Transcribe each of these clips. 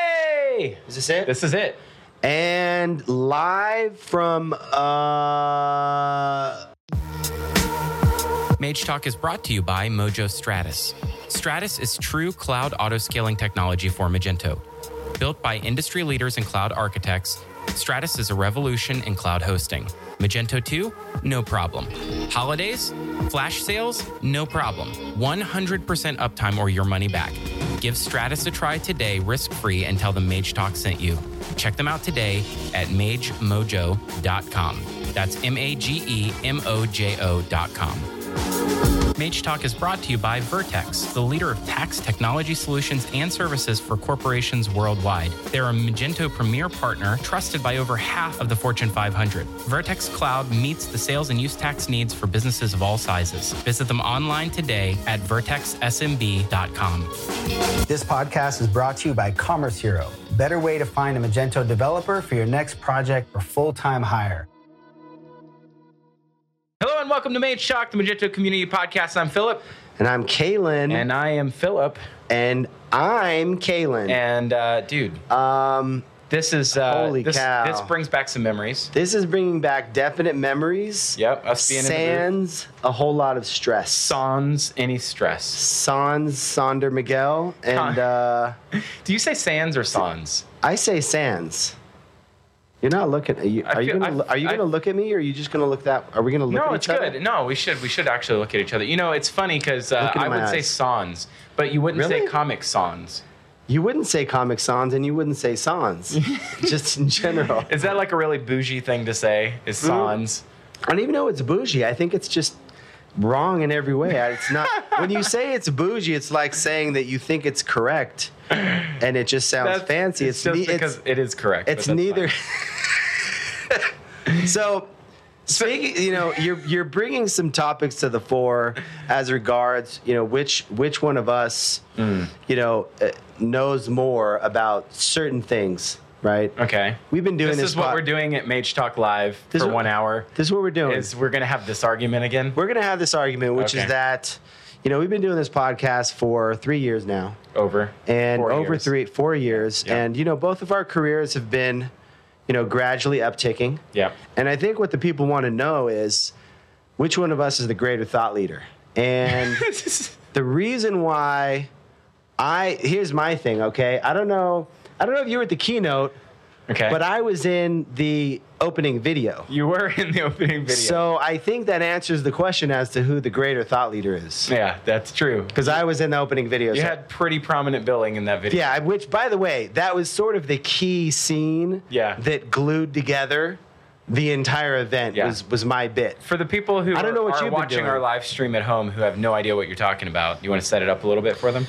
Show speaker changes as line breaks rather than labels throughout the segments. Hey,
Is this it?
this is it.
and live from uh
Mage Talk is brought to you by Mojo Stratus. Stratus is true cloud auto scaling technology for Magento. Built by industry leaders and cloud architects, Stratus is a revolution in cloud hosting. Magento 2? No problem. Holidays? Flash sales? No problem. 100% uptime or your money back. Give Stratus a try today, risk free, and tell them Mage Talk sent you. Check them out today at magemojo.com. That's M A G E M O J O.com. Mage Talk is brought to you by Vertex, the leader of tax technology solutions and services for corporations worldwide. They're a Magento Premier partner trusted by over half of the Fortune 500. Vertex Cloud meets the sales and use tax needs for businesses of all sizes. Visit them online today at vertexsmb.com.
This podcast is brought to you by Commerce Hero, better way to find a Magento developer for your next project or full-time hire.
Hello and welcome to Mage Talk, the Magento Community Podcast. I'm Philip.
and I'm Kalen
And I am Philip.
and I'm Kalen.
And uh, dude,
Um
this is uh,
Holy
this,
cow.
This brings back some memories.
this is bringing back definite memories.
Yep, us being in the booth.
sans a whole lot of stress.
Sans any stress.
sans Sonder Miguel and uh
Do you say sans or sans?
I say Sans. You're not looking. Are you,
I
are you
feel-
gonna?
I-
lo- are you
I-
gonna look at me, or are you just gonna look that? Are we gonna look
No,
at
it's
each other?
good. No, we should we should actually look at each other. You know, it's funny because uh,
Look into
I
my
would say
eyes.
sans, but you wouldn't say
Really?
comic sans.
You wouldn't say Comic Sans, and you wouldn't say Sans, just in general.
Is that like a really bougie thing to say? Is sans?
I don't even know it's bougie. I think it's just wrong in every way. I- It's not. when you say it's bougie, it's like saying that you think it's correct, and it just sounds
That's-
fancy.
It's,
It's
just
ne-
because it is correct. but
it's, it's
that's
neither.
fine.
so. Speaking, you know, you're you're bringing some topics to the fore as regards, you know, which which one of us,
Hmm.
you know, uh, knows more about certain things, right?
Okay.
We've been doing
This
this.
is what
pod-
we're doing at Mage Talk Live
This
for
is-
one hour.
This is what we're doing.
Is we're gonna have this argument again?
we're gonna have this argument, which
Okay.
is that, you know, we've been doing this podcast for three years now,
Over
and
Four
over
years.
three, four years,
Yeah.
and you know, both of our careers have been, you know, gradually upticking.
Yeah.
And I think what the people want to know is, which one of us is the greater thought leader? And the reason why, I here's my thing. Okay, I don't know. I don't know if you were at the keynote,
okay.
but I was in the opening video.
you were in the opening video.
So I think that answers the question as to who the greater thought leader is.
yeah, that's true.
Because I was in the opening video.
You
so-
had pretty prominent billing in that video.
yeah, which by the way, that was sort of the key scene
Yeah.
that glued together the entire event
Yeah.
was, was my bit.
For the people who
I don't know what
are
you've been
watching
doing.
our live stream at home who have no idea what you're talking about, you want to set it up a little bit for them?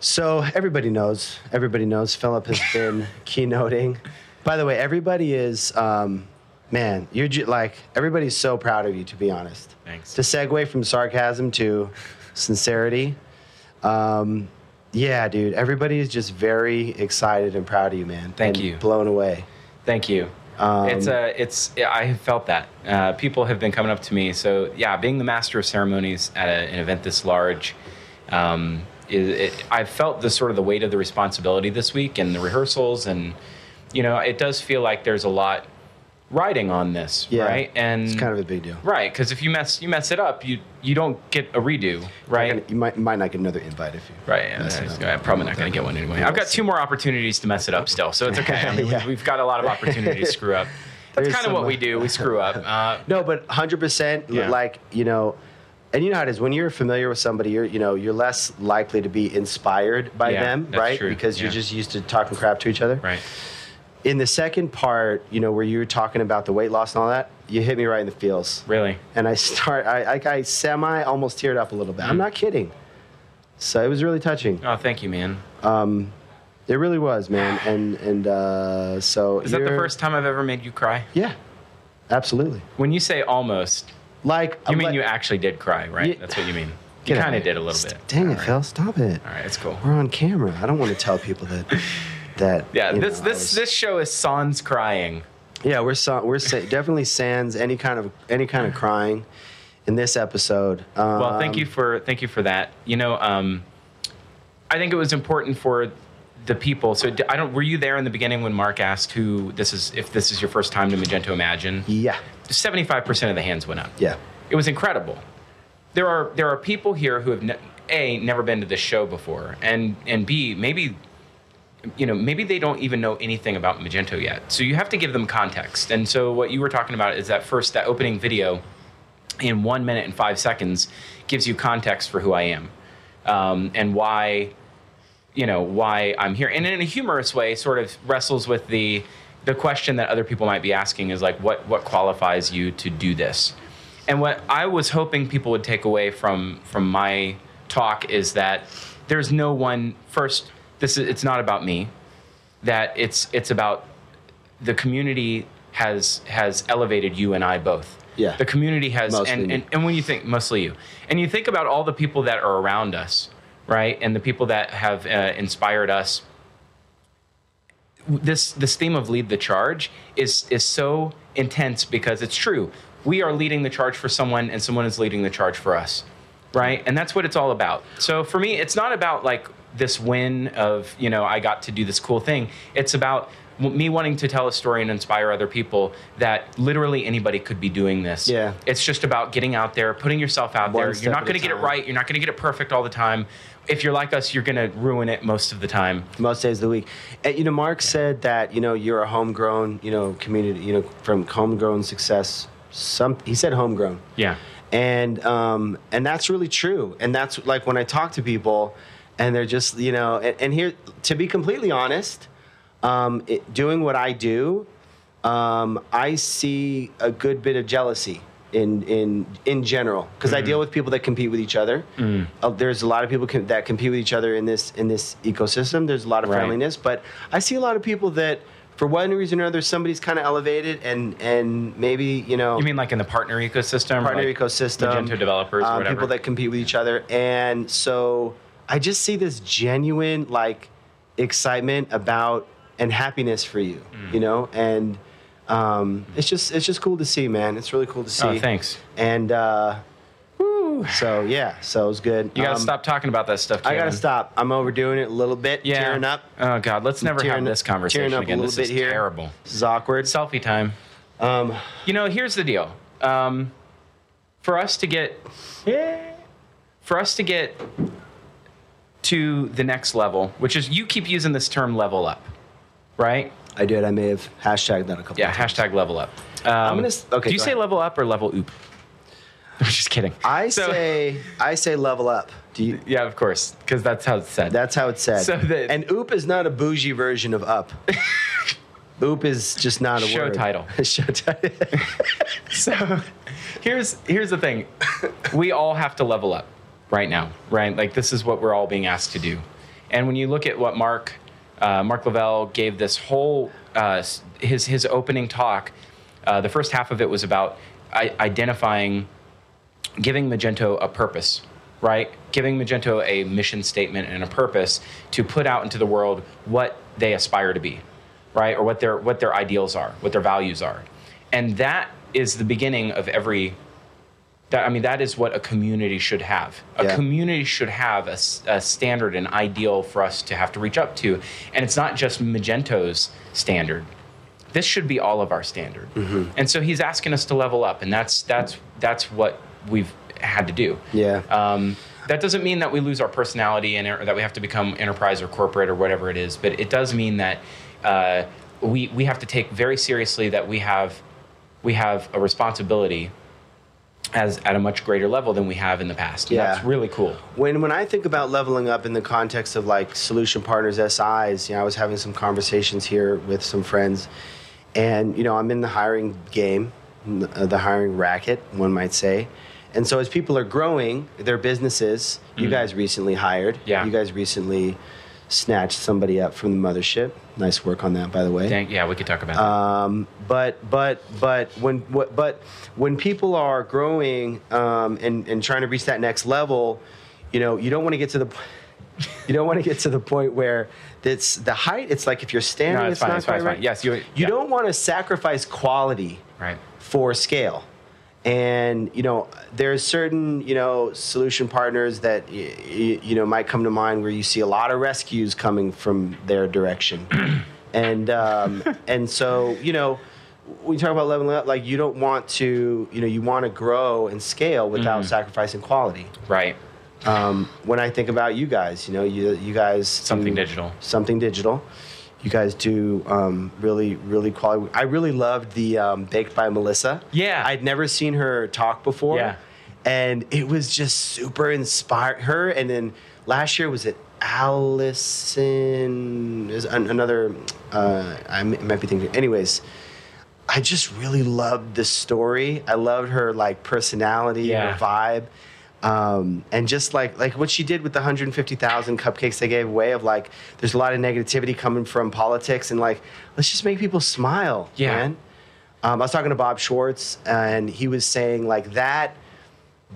So everybody knows, everybody knows Philip has been keynoting. By the way, everybody is, um, man, you're ju- like, everybody's so proud of you, to be honest.
Thanks.
To segue from sarcasm to sincerity, um, yeah, dude, everybody is just very excited and proud of you, man.
Thank
and
you.
Blown away.
Thank you.
Um,
it's a, it's. yeah, I have felt that uh, people have been coming up to me. So yeah, being the master of ceremonies at a, an event this large, um, is it, I've felt the sort of the weight of the responsibility this week and the rehearsals, and you know, it does feel like there's a lot riding on this,
Yeah,
right? And
It's kind of a big deal.
right because if you mess you mess it up, you you don't get a redo, right?
You're gonna- You might, might not get another invite if you.
Right. Yeah,
mess it
that's-
up.
I'm probably not going to get one anyway. I've got two more opportunities to mess it up still, so it's okay. I mean,
Yeah.
we've, we've got a lot of opportunities to screw up. That's
There's
kind of
some,
what
uh,
we do. We screw up. Uh,
No, but 100%,
Yeah.
like, you know, and you know how it is when you're familiar with somebody, you're, you know, you're less likely to be inspired by
Yeah,
them,
that's
right?
true.
Because you're
Yeah.
just used to talking crap to each other.
right.
In the second part, you know, where you were talking about the weight loss and all that, you hit me right in the feels.
Really.
And I start, I, I, I semi almost teared up a little
Hmm.
bit. I'm not kidding. So it was really touching.
Oh, thank you, man.
It really was, man. And, and, uh, so.
Is that the
you're-
first time I've ever made you cry?
Yeah, absolutely.
When you say almost,
Like,
you mean you actually did cry, right?
Yeah.
That's what you mean. You kind of did a little bit.
Dang
All
it,
right.
Phil! Stop it.
All right, it's cool.
We're on camera. I don't want to tell people that. That
Yeah,
you
this
know, I
this
was-
this show is sans crying.
yeah we're sa- we're sa- definitely sans any kind of any kind of crying in this episode. Um,
Well, thank you for thank you for that. You know, um, I think it was important for the people. So d- I don't. Were you there in the beginning when Mark asked who this is? If this is your first time to Magento Imagine,
Yeah.
seventy-five percent of the hands went up.
Yeah.
It was incredible. There are there are people here who have ne- a never been to this show before, and and b maybe you know maybe they don't even know anything about Magento yet. So you have to give them context. And so what you were talking about is that first that opening video in one minute and five seconds gives you context for who I am um, and why you know why I'm here, and in a humorous way, sort of wrestles with the the question that other people might be asking is like what what qualifies you to do this, and what I was hoping people would take away from from my talk is that there's no one first. This is, it's not about me. That it's it's about the community has has elevated you and I both.
Yeah.
The community has
Mostly
and,
me.
and and when you think mostly you and you think about all the people that are around us right and the people that have uh, inspired us this this theme of lead the charge is is so intense because it's true we are leading the charge for someone and someone is leading the charge for us right and that's what it's all about so for me it's not about like this win of you know i got to do this cool thing it's about w- me wanting to tell a story and inspire other people that literally anybody could be doing this
Yeah.
it's just about getting out there putting yourself out
One
there
step
you're
at
not
a
going to get it
time.
right you're not going to get it perfect all the time if you're like us you're going to ruin it most of the time
most days of the week. And, you know, Mark said that you know you're a homegrown, you know, community, you know, from homegrown success. Some he said homegrown,
yeah
and um, and that's really true. And that's like when I talk to people, and they're just you know, and, and here to be completely honest, um, it, doing what I do, um, I see a good bit of jealousy in in in general because I
Mm-hmm.
deal with people that compete with each other.
Mm.
Uh, there's a lot of people com- that compete with each other in this in this ecosystem. There's a lot of
Right.
friendliness, but I see a lot of people that. For one reason or another, somebody's kind of elevated, and and maybe you know.
You mean like in the partner ecosystem? or
Oh. partner
like
ecosystem,
Magento developers, or
um,
whatever.
people that compete with each other, and so I just see this genuine like excitement about and happiness for you,
Mm.
you know, and um, it's just it's just cool to see, man. It's really cool to see.
oh, thanks.
And uh, so yeah, so it was good.
You gotta
Um,
stop talking about that stuff.
I
Kevin.
gotta stop. I'm overdoing it a little bit.
Yeah.
Tearing up.
Oh God, let's never
tearing
have this conversation
tearing up
again.
a little
this
bit
is
here.
terrible.
This is awkward.
Selfie time.
Um,
You know, here's the deal. Um, for us to get, for us to get to the next level, which is you keep using this term "level up," right?
I did. I may have hashtagged that a couple.
Yeah.
of times.
Hashtag level up. Um,
gonna s- okay,
Do you
go
say
ahead.
level up or level oop? I'm just kidding.
I
So-
say I say level up. Do you?
Yeah, of course, because that's how it's said.
That's how it's said.
So the-
and oop is not a bougie version of up. oop is just not a
Show
word.
title.
Show title.
so here's here's the thing we all have to level up right now right like this is what we're all being asked to do and when you look at what mark uh, mark lavelle gave this whole uh, s- his his opening talk uh, the first half of it was about I- identifying giving Magento a purpose, right? Giving Magento a mission statement and a purpose to put out into the world what they aspire to be, right? Or what their what their ideals are, what their values are. And that is the beginning of every that, I mean, that is what a community should have. A
Yeah.
community should have a, s- a standard, an ideal for us to have to reach up to. And it's not just Magento's standard. This should be all of our standard.
Mm-hmm.
And so he's asking us to level up, and that's that's that's what we've had to do.
yeah.
Um, that doesn't mean that we lose our personality and or that we have to become enterprise or corporate or whatever it is, but it does mean that uh, we we have to take very seriously that we have we have a responsibility as at a much greater level than we have in the past. And
Yeah.
that's really cool.
when when I think about leveling up in the context of like solution partners SIs, you know, I was having some conversations here with some friends, and you know, I'm in the hiring game, n- uh, the hiring racket, one might say, and so as people are growing their businesses, you guys recently hired,
Yeah.
you guys recently snatched somebody up from the mothership. Nice work on that, by the way.
Dang, yeah, we could talk about that.
Um, but but but when what but when people are growing um, and and trying to reach that next level, you know you don't want to get to the p- you don't want to get to the point where it's the height. It's like if you're standing,
No,
it's,
it's fine,
not
it's fine,
quite
it's fine.
right.
Yes, you-
you
yeah.
don't want to sacrifice quality
Right.
for scale. and you know there's certain you know solution partners that y- y- you know might come to mind where you see a lot of rescues coming from their direction and um, and so you know when you talk about leveling up like you don't want to you know you want to grow and scale without sacrificing quality
Right.
um, when I think about you guys, you know, you you guys
Something digital.
something digital. You guys do um, really, really quality. I really loved the um, baked by Melissa.
Yeah.
I'd never seen her talk before.
Yeah.
and it was just super inspired. Her and then last year was it Allison? Is an, another? Uh, I m- might be thinking. Anyways. I just really loved the story. I loved her like personality,
Yeah.
her vibe, um, and just like like what she did with the 150,000 cupcakes they gave away. Of like, there's a lot of negativity coming from politics, and like, let's just make people smile.
Yeah.
man. Um, I was talking to Bob Schwartz, and he was saying like that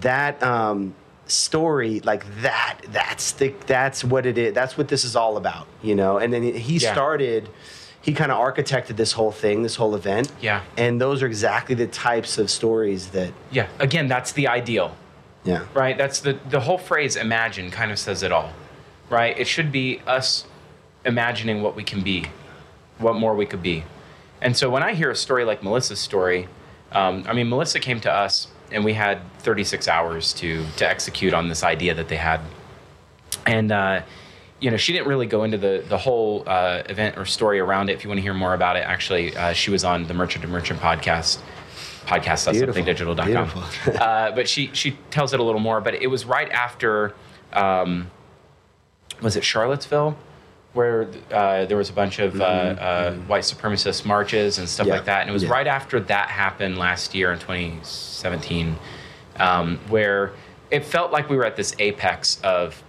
that um, story, like that that's the that's what it is. That's what this is all about, you know. And then he
Yeah.
started. He kind of architected this whole thing, this whole event.
Yeah.
And those are exactly the types of stories that,
Yeah. Again, that's the ideal.
yeah.
right that's the the whole phrase imagine kind of says it all right it should be us imagining what we can be what more we could be and so when i hear a story like melissa's story um, i mean melissa came to us and we had 36 hours to to execute on this idea that they had and uh, you know she didn't really go into the the whole uh, event or story around it if you want to hear more about it actually uh, she was on the merchant to merchant podcast podcast that's
Beautiful.
something digital.com
Beautiful.
uh, but she she tells it a little more. But it was right after, um, was it Charlottesville, where uh, there was a bunch of uh, uh, white supremacist marches and stuff
Mm-hmm. Yeah.
like that, and it was
Yeah.
right after that happened last year in 2017, um, where it felt like we were at this apex of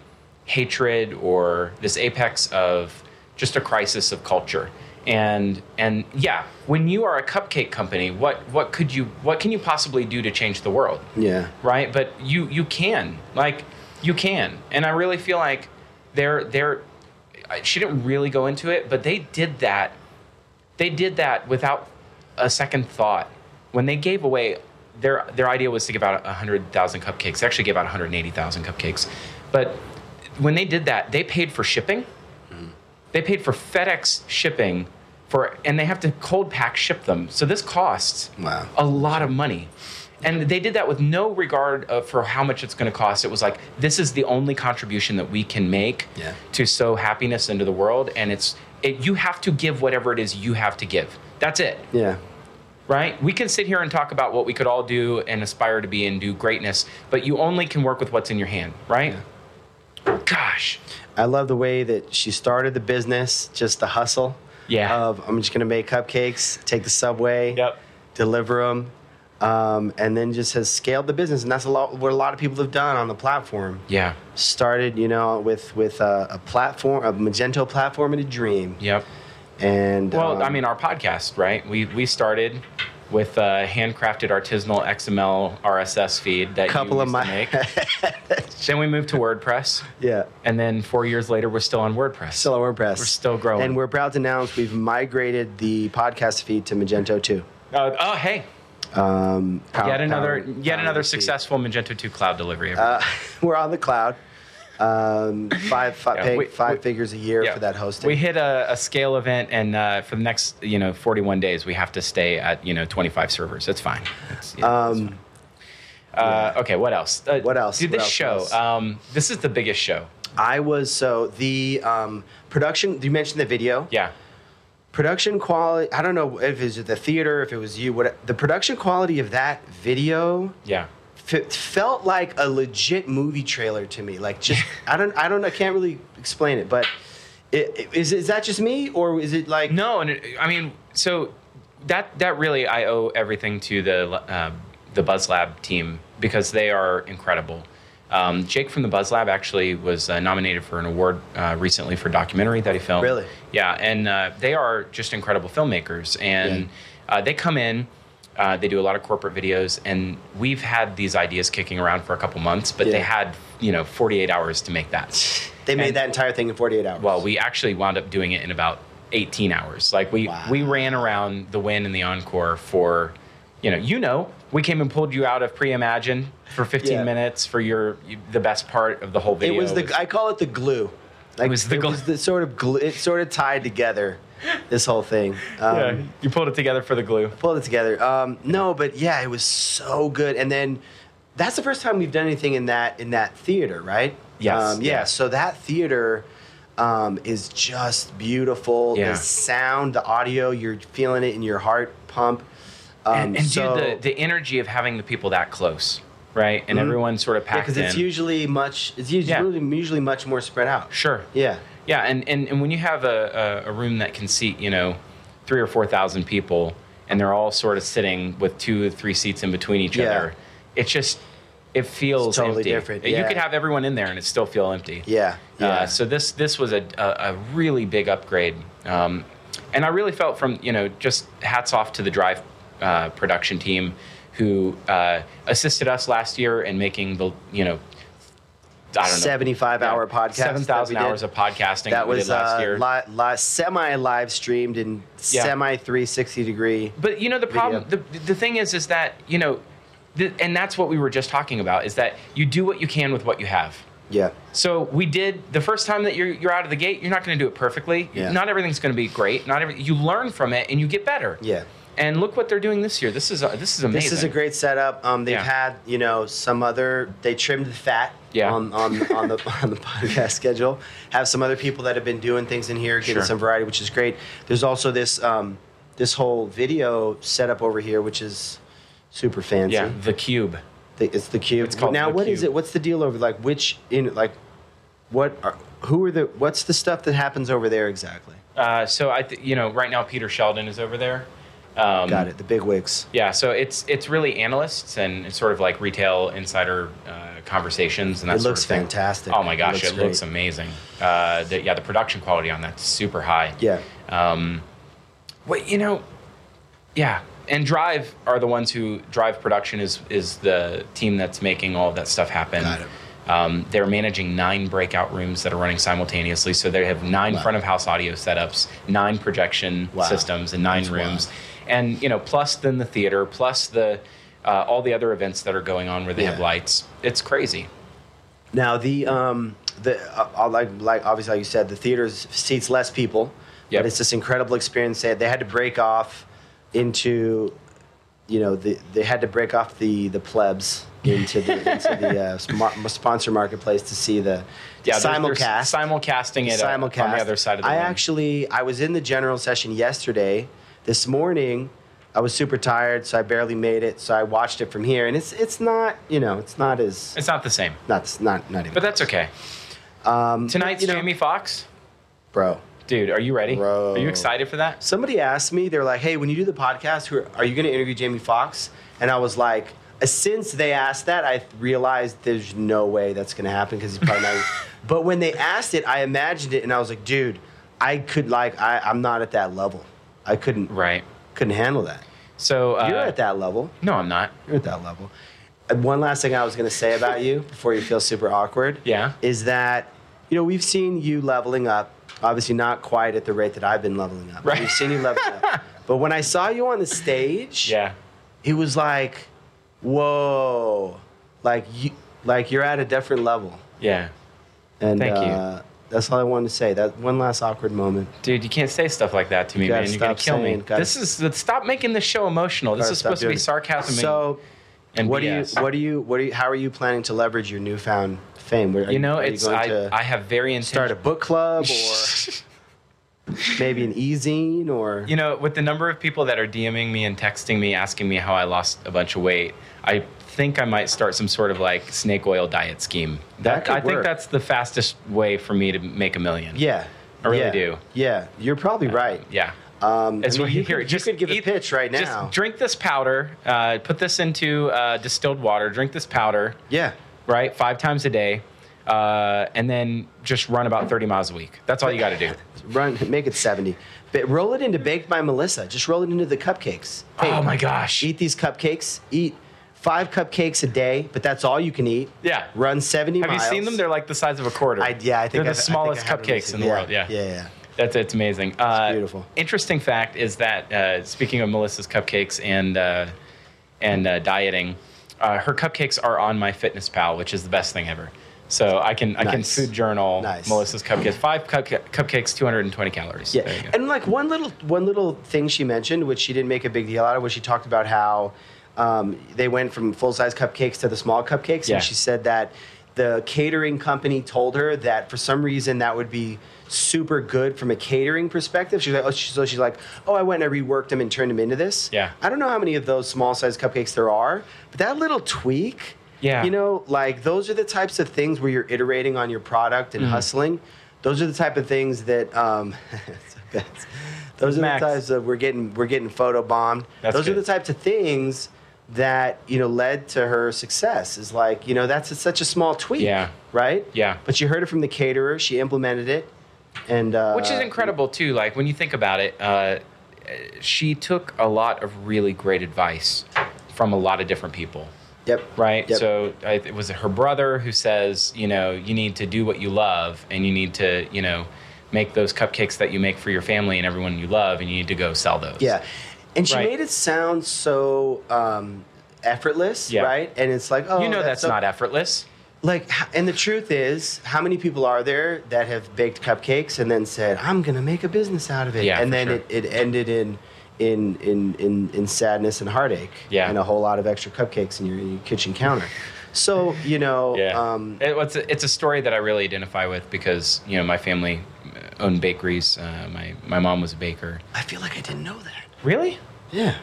hatred or this apex of just a crisis of culture. And and yeah, when you are a cupcake company, what what could you what can you possibly do to change the world?
Yeah.
right? But you you can like you can, and I really feel like they're they're. I- She didn't really go into it, but they did that. They did that without a second thought. When they gave away their their idea was to give out hundred thousand cupcakes. They actually gave out one hundred eighty thousand cupcakes, but when they did that, they paid for shipping. They paid for FedEx shipping for, and they have to cold pack ship them. So this costs
Wow.
a lot of money. And they did that with no regard of, for how much it's going to cost. It was like, this is the only contribution that we can make
Yeah.
to sow happiness into the world. And it's, it, you have to give whatever it is you have to give. That's it,
Yeah.
right? We can sit here and talk about what we could all do and aspire to be and do greatness, but you only can work with what's in your hand, right? Gosh.
I love the way that she started the business, just the hustle.
Yeah.
Of I'm just gonna make cupcakes, take the subway,
Yep.
deliver them, um, and then just has scaled the business, and that's a lot what a lot of people have done on the platform.
Yeah.
Started, you know, with with a, a platform, a Magento platform, and a dream.
Yep.
And
Well,
um,
I mean, our podcast, right? We we started with a handcrafted artisanal XML RSS feed that
Couple
you
of
used to
my-
make. then we moved to WordPress,
yeah.
and then four years later, we're still on WordPress.
Still on WordPress.
We're still growing.
And we're proud to announce we've migrated the podcast feed to Magento 2.
uh, oh, hey,
Um, pow-
yet another
pow-
yet
pow-
another
feed.
successful Magento two cloud delivery.
Uh, we're on the cloud. Um, five fi-
Yeah,
pay-
we-
five
we-
figures a year
Yeah.
for that hosting.
We hit a, a scale event, and uh, for the next you know 41 days, we have to stay at you know 25 servers. It's fine. It's- yeah, it's
Um,
fine. Uh, Okay, what else? Uh,
What else?
Dude,
What
this
else? What else?
show. Um, this is the biggest show.
I was so the um, production. You mentioned the video.
Yeah.
Production quality. I don't know if it was the theater, if it was you. What the production quality of that video
Yeah.
f- felt like a legit movie trailer to me. Like just I don't I don't I can't really explain it, but it, it, is is that just me or is it like
No, and it, I mean, so that that really I owe everything to the uh, the Buzz Lab team because they are incredible. Um, Jake from the Buzz Lab actually was uh, nominated for an award uh, recently for a documentary that he filmed.
Really?
Yeah, and uh, they are just incredible filmmakers, and uh, they come in. Uh, they do a lot of corporate videos, and we've had these ideas kicking around for a couple months, but they
Yeah.
had you know 48 hours to make that.
they made
and-
that entire thing in 48 hours?
Well, we actually wound up doing it in about 18 hours. Like we
Wow.
we ran around the win and the encore for you know, you know, we came and pulled you out of pre-imagine for 15
Yeah.
minutes for your you- the best part of the whole
It
video.
was the I call it the glue. Like,
was the
it
glue.
was the sort of glue. It sort of tied together this whole thing. Um,
yeah, you pulled it together for the glue.
Pulled it together. Um, no, but yeah, it was so good. And then that's the first time we've done anything in that in that theater, right?
Yes,
Um, yeah.
yeah.
So that theater um, is just beautiful.
Yeah.
The sound, the audio, you're feeling it in your heart pump. Um,
And, and
so,
dude, the, the energy of having the people that close, right? And everyone sort of packed
because
in.
Mm-hmm. it's usually much. It's usually usually much more spread out.
Sure.
Yeah.
Yeah, and, and, and when you have a, a, a room that can seat, you know, three or 4,000 people and they're all sort of sitting with two or three seats in between each
Yeah.
other, it's just, it feels
It's totally
empty.
different,
You
yeah.
could have everyone in there and it still feel empty.
Yeah. Yeah.
Uh, so this this was a, a, a really big upgrade, um, and I really felt from you know just hats off to the Drive uh, production team who uh, assisted us last year in making the you know I don't know
75 hour podcast that we
seven thousand
did.
hours of podcasting
that
we did
was
last
uh,
year.
li- li- semi live streamed and
Yeah.
semi 360 degree.
but you know the problem the, the thing is is that you know the, and that's what we were just talking about is that you do what you can with what you have.
Yeah.
So we did the first time that you're you're out of the gate, you're not going to do it perfectly.
Yeah.
Not everything's going to be great. Not every you learn from it and you get better.
Yeah.
And look what they're doing this year. This is uh, this is amazing.
This is a great setup. Um, they've
Yeah.
had you know some other. They trimmed the fat.
Yeah.
On, on, on the on the podcast schedule, have some other people that have been doing things in here, getting
Sure.
some variety, which is great. There's also this um, this whole video setup over here, which is super fancy.
yeah. The cube.
The, it's the cube.
It's called
now,
the
what is
cube.
it? What's the deal over like which in like what are who are the what's the stuff that happens over there exactly?
Uh, so I th- you know right now Peter Sheldon is over there. Um,
Got it. The big wigs.
Yeah. So it's it's really analysts and it's sort of like retail insider uh, conversations and that
It
sort
looks
of thing.
fantastic.
Oh my
It
gosh,
looks
it looks
great.
amazing. Uh, the, yeah, the production quality on that's super high.
Yeah.
Um, well, you know, yeah. And Drive are the ones who Drive Production is is the team that's making all of that stuff happen.
Got it.
Um, they're managing nine breakout rooms that are running simultaneously. So they have nine
Wow.
front of house audio setups, nine projection
Wow.
systems, and nine
That's
rooms.
wild.
And you know, plus then the theater, plus the uh, all the other events that are going on where they have
Yeah.
lights. It's crazy.
Now the um the uh, uh, like like obviously like you said the theater seats less people,
Yep.
but it's this incredible experience. They they had to break off into, you know, the, they had to break off the the plebs into the into the uh, sm- sponsor marketplace to see the
Yeah, they're- they're
simulcast.
simulcasting it uh,
simulcast
on the other side of the
I
room.
actually I was in the general session yesterday. This morning, I was super tired, so I barely made it. So I watched it from here, and it's it's not you know it's not as
it's not the same,
not not not even.
but that's okay. Um, Tonight's
you know-
Jamie Foxx.
bro.
Dude, are you ready?
Bro.
Are you excited for that?
Somebody asked me, they're like, "Hey, when you do the podcast, who are, are you going to interview Jamie Foxx?" And I was like, uh, since they asked that, I realized there's no way that's going to happen because he's probably not. but when they asked it, I imagined it, and I was like, "Dude, I could like, I, I'm not at that level. I couldn't
Right.
couldn't handle that.
So uh,
You're at that level.
No, I'm not.
You're at that level. And one last thing I was going to say about you before you feel super awkward.
Yeah.
Is that, you know, we've seen you leveling up, obviously not quite at the rate that I've been leveling up. but
Right.
We've seen you leveling up. But when I saw you on the stage,
Yeah.
it was like, whoa, like you, like you're at a different level.
Yeah.
And
Thank you.
uh, that's all I wanted to say. That one last awkward moment.
Dude, you can't say stuff like that to me,
You gotta
man. You're gonna
stop
kill
saying-
me.
gotta-
this is stop making this show emotional. This
Gotta
is
stop
supposed to
doing
be
it.
sarcasm. and-
So,
and
what do you,
BS.
what do you, what do you, how are you planning to leverage your newfound fame? Where, are
You know,
are
it's
going
I,
to-
I have very
start a
intentional.
book club or maybe an e-zine or
You know, with the number of people that are DMing me and texting me asking me how I lost a bunch of weight, I think I might start some sort of like snake oil diet scheme.
That could
I think
work.
that's the fastest way for me to make a million.
yeah
I really
yeah,
do.
yeah you're probably right
Yeah.
um
It's
I mean,
what
you,
you hear.
could,
Just
you could give
eat-
a pitch right now
Just drink this powder. Uh, put this into uh, distilled water. Drink this powder,
yeah
right, five times a day, uh, and then just run about thirty miles a week. That's all you got to do.
run make it 70 but roll it into baked by melissa just roll it into the cupcakes Hey,
oh my gosh!
eat these cupcakes eat five cupcakes a day but that's all you can eat
Yeah.
run 70
Have you seen them? They're like the size of a quarter.
I, yeah, I think I've-
they're
I
the
think
smallest
I have them
cupcakes in the world. Yeah,
yeah, yeah.
That's it's amazing. Uh,
beautiful.
Interesting fact is that uh, speaking of Melissa's cupcakes and uh, and uh, dieting, uh, her cupcakes are on my Fitness Pal, which is the best thing ever. So I can I can
Nice.
food journal
Nice.
Melissa's cupcakes. Five cupca- cupcakes, 220 calories.
Yeah,
There you go.
and like one little one little thing she mentioned, which she didn't make a big deal out of, was she talked about how um, they went from full size cupcakes to the small cupcakes,
Yeah.
and she said that the catering company told her that for some reason that would be super good from a catering perspective. She's like, oh, she, so she's like, oh, I went and reworked them and turned them into this.
Yeah.
I don't know how many of those small size cupcakes there are, but that little tweak.
Yeah.
You know, know, like those are the types of things where you're iterating on your product
Mm-hmm.
and hustling. Those are the type of things that um, so that's- those are
Max.
the types of we're getting we're getting photo bombed.
That's
those
good.
are the types of things that you know led to her success. Is like you know that's such a small tweak,
Yeah.
right?
Yeah.
But she heard it from the caterer. She implemented it, and uh,
which is incredible too. Like when you think about it, uh, she took a lot of really great advice from a lot of different people,
Yep.
right?
Yep.
So I, it was her brother who says, you know, you need to do what you love, and you need to, you know, make those cupcakes that you make for your family and everyone you love, and you need to go sell those.
Yeah. And she
Right.
made it sound so um, effortless,
Yeah.
right? And it's like, oh,
you know that's,
so-
not effortless.
like h- and the truth is how many people are there that have baked cupcakes and then said i'm gonna make a business out of it
Yeah, for
and then
sure.
it, it ended in in, in in in sadness and heartache
Yeah.
and a whole lot of extra cupcakes in your, in your kitchen counter so you know um,
It- it's, a, it's a story that I really identify with because you know my family owned bakeries. Uh, my my mom was a baker.
i feel like i didn't know that
Really?
yeah,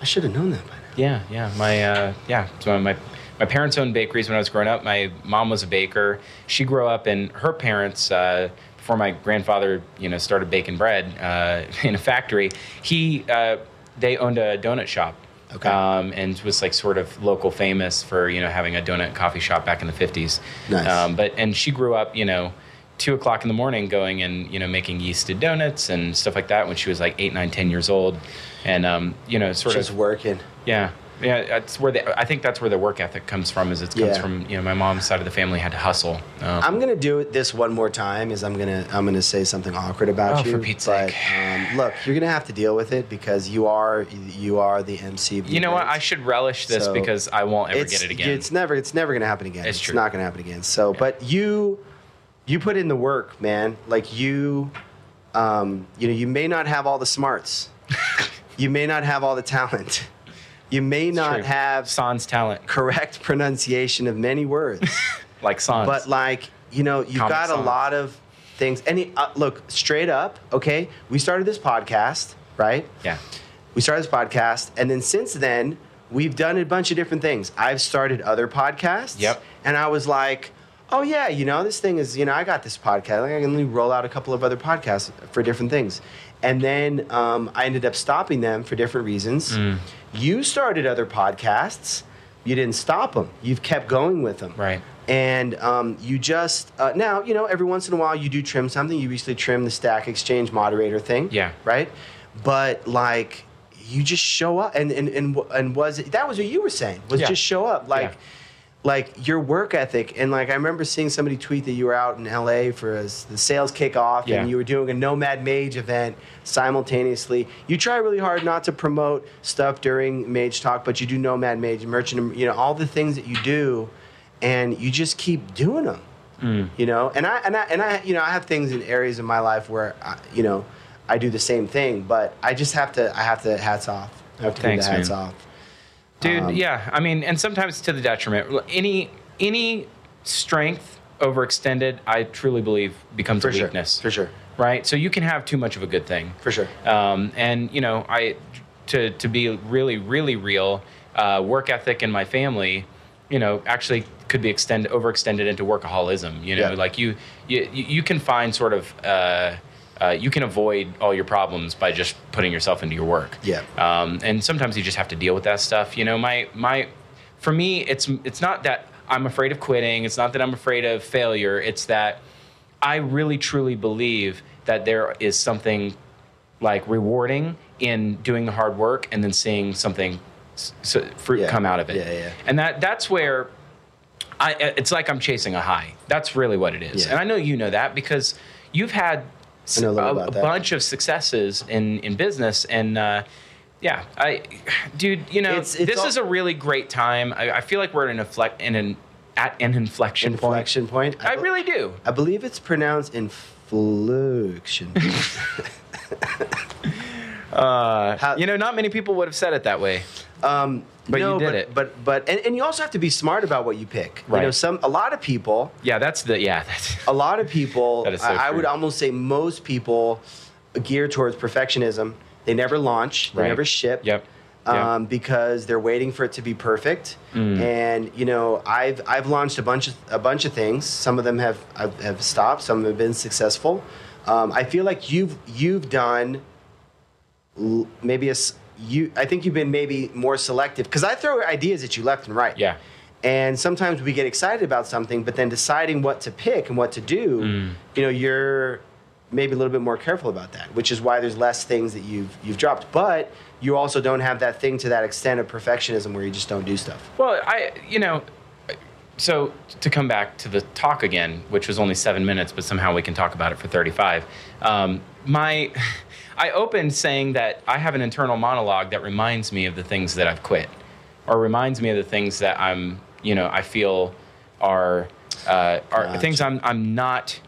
i should have known that by now
Yeah, yeah. My uh, yeah. So my my parents owned bakeries when I was growing up. My mom was a baker. She grew up and her parents. Uh, before my grandfather, you know, started baking bread uh, in a factory, he uh, they owned a donut shop.
Okay.
Um, and was like sort of local famous for you know having a donut coffee shop back in the fifties.
Nice.
Um, but and she grew up, you know, two o'clock in the morning, going and you know making yeasted donuts and stuff like that when she was like eight, nine, ten years old, and um, you know sort
just
of
working
yeah, yeah. That's where the I think that's where the work ethic comes from. Is it comes
Yeah.
from you know my mom's side of the family had to hustle. Um,
I'm gonna do it this one more time. Is I'm gonna I'm gonna say something awkward about
Oh,
you.
for Pete's
but,
sake.
Um, look, you're gonna have to deal with it because you are you are the MC. of the
you know what?
event.
I should relish this
So,
because I won't ever
it's,
get it again.
It's never it's never gonna happen again.
It's
It's,
true.
not gonna happen again. So, but you you put in the work, man. Like you, um, you know, you may not have all the smarts. you may not have all the talent. You may
It's
not
true.
have
sans talent
correct pronunciation of many words.
like sans.
but like you know you've
Comic
got a
songs.
lot of things any uh, look straight up okay we started this podcast right
yeah,
we started this podcast and then since then we've done a bunch of different things i've started other podcasts
Yep.
and i was like oh yeah you know this thing is you know i got this podcast like, i can only roll out a couple of other podcasts for different things and then um, i ended up stopping them for different reasons
Mm.
you started other podcasts you didn't stop them you've kept going with them
Right.
and um, you just uh, now you know every once in a while you do trim something you usually trim the stack exchange moderator thing
Yeah.
right but like you just show up and and and, and was that was what you were saying was
Yeah.
just show up like
Yeah.
like your work ethic and like i remember seeing somebody tweet that you were out in la for a s the sales kickoff
Yeah.
and you were doing a nomad mage event simultaneously you try really hard not to promote stuff during mage talk but you do nomad mage merchant you know all the things that you do and you just keep doing them you know and i and i and i you know i have things in areas of my life where I, you know i do the same thing but i just have to i have to hats off i have to do
Thanks,
the hats
man.
off
dude.
Um,
yeah, I mean, and sometimes to the detriment. Any any strength overextended, I truly believe becomes
for
a
sure
weakness.
for sure
Right. So you can have too much of a good thing.
for sure
Um, and you know, I to to be really really real, uh, work ethic in my family, you know, actually could be extend overextended into workaholism. You know,
Yeah.
like you you you you can find sort of. Uh, uh, you can avoid all your problems by just putting yourself into your work.
Yeah.
Um, and sometimes you just have to deal with that stuff. You know, my my, for me, it's it's not that I'm afraid of quitting. It's not that I'm afraid of failure. It's that I really truly believe that there is something like rewarding in doing the hard work and then seeing something s- s- fruit
Yeah.
come out of it.
Yeah, yeah.
And that that's where I uh, it's like I'm chasing a high. That's really what it is.
Yeah.
And I know you know that because you've had s-
I know a little
a,
about
a
that.
bunch of successes in in business and uh yeah, I, dude, you know,
It's- it's
this
all-
is a really great time. I, I feel like we're in an inflect in an at an inflection,
Inflection point.
point. I
be-
really do.
I believe it's pronounced inflection.
Uh,
How-
you know, not many people would have said it that way.
Um,
But you
no,
did
but,
it.
But but and, and you also have to be smart about what you pick. You know,
Right.
some a lot of people,
Yeah, that's the yeah. That's,
a lot of people.
That is so
I, I would
true.
almost say most people gear towards perfectionism. They never launch. They
Right.
never ship.
Yep. Yep. Mm.
Um, because they're waiting for it to be perfect, and you know I've I've launched a bunch of a bunch of things. Some of them have have, have stopped. Some have been successful. Um, I feel like you've you've done l- maybe a s- you I think you've been maybe more selective because I throw ideas at you left and right.
Yeah.
And sometimes we get excited about something, but then deciding what to pick and what to do,
Mm.
you know, you're maybe a little bit more careful about that, which is why there's less things that you've you've dropped. But you also don't have that thing to that extent of perfectionism where you just don't do stuff.
Well, I, you know, so to come back to the talk again, which was only seven minutes, but somehow we can talk about it for 35. Um, my, I opened saying that I have an internal monologue that reminds me of the things that I've quit, or reminds me of the things that I'm, you know, I feel are uh, are
Gotcha.
things I'm I'm not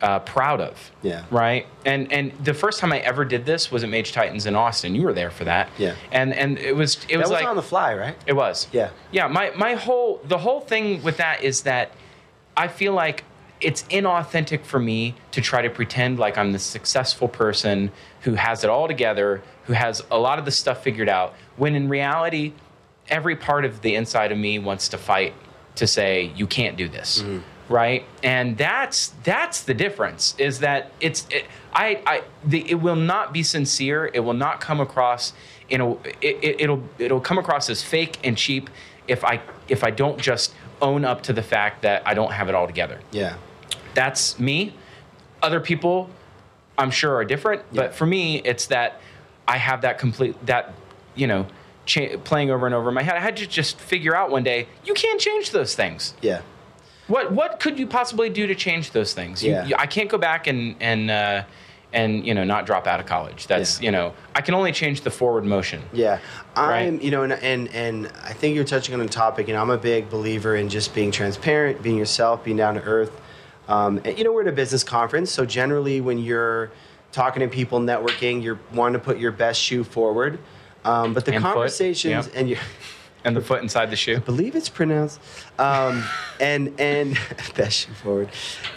uh, proud of.
Yeah.
Right. And and the first time I ever did this was at Mage Titans in Austin. You were there for that.
Yeah.
And and it was it
That
was
was
like
on the fly, right?
it was.
Yeah.
Yeah. My my whole the whole thing with that is that I feel like it's inauthentic for me to try to pretend like I'm the successful person who has it all together, who has a lot of the stuff figured out, when in reality, every part of the inside of me wants to fight to say you can't do this. Right, and that's that's the difference. Is that it's it, I I the, it will not be sincere. It will not come across you know it, it, it'll it'll come across as fake and cheap if I if I don't just own up to the fact that I don't have it all together.
Yeah.
That's me. Other people, I'm sure, are different. But for me, it's that I have that complete that you know cha- playing over and over in my head. I had to just figure out one day you can't change those things.
Yeah.
What what could you possibly do to change those things? You-
Yeah.
you- I can't go back and and uh, and you know not drop out of college. That's
Yeah.
you know I can only change the forward motion.
Yeah,
Right.
I'm. You know, and, and and I think you're touching on a topic, and I'm a big believer in just being transparent, being yourself, being down to earth. Um, and, you know, we're at a business conference, so generally when you're talking to people, networking, you're wanting to put your best shoe forward. Um, but the
And foot,
conversations
yeah.
and you
And the foot inside the shoe.
believe it's pronounced um, and and best shoe forward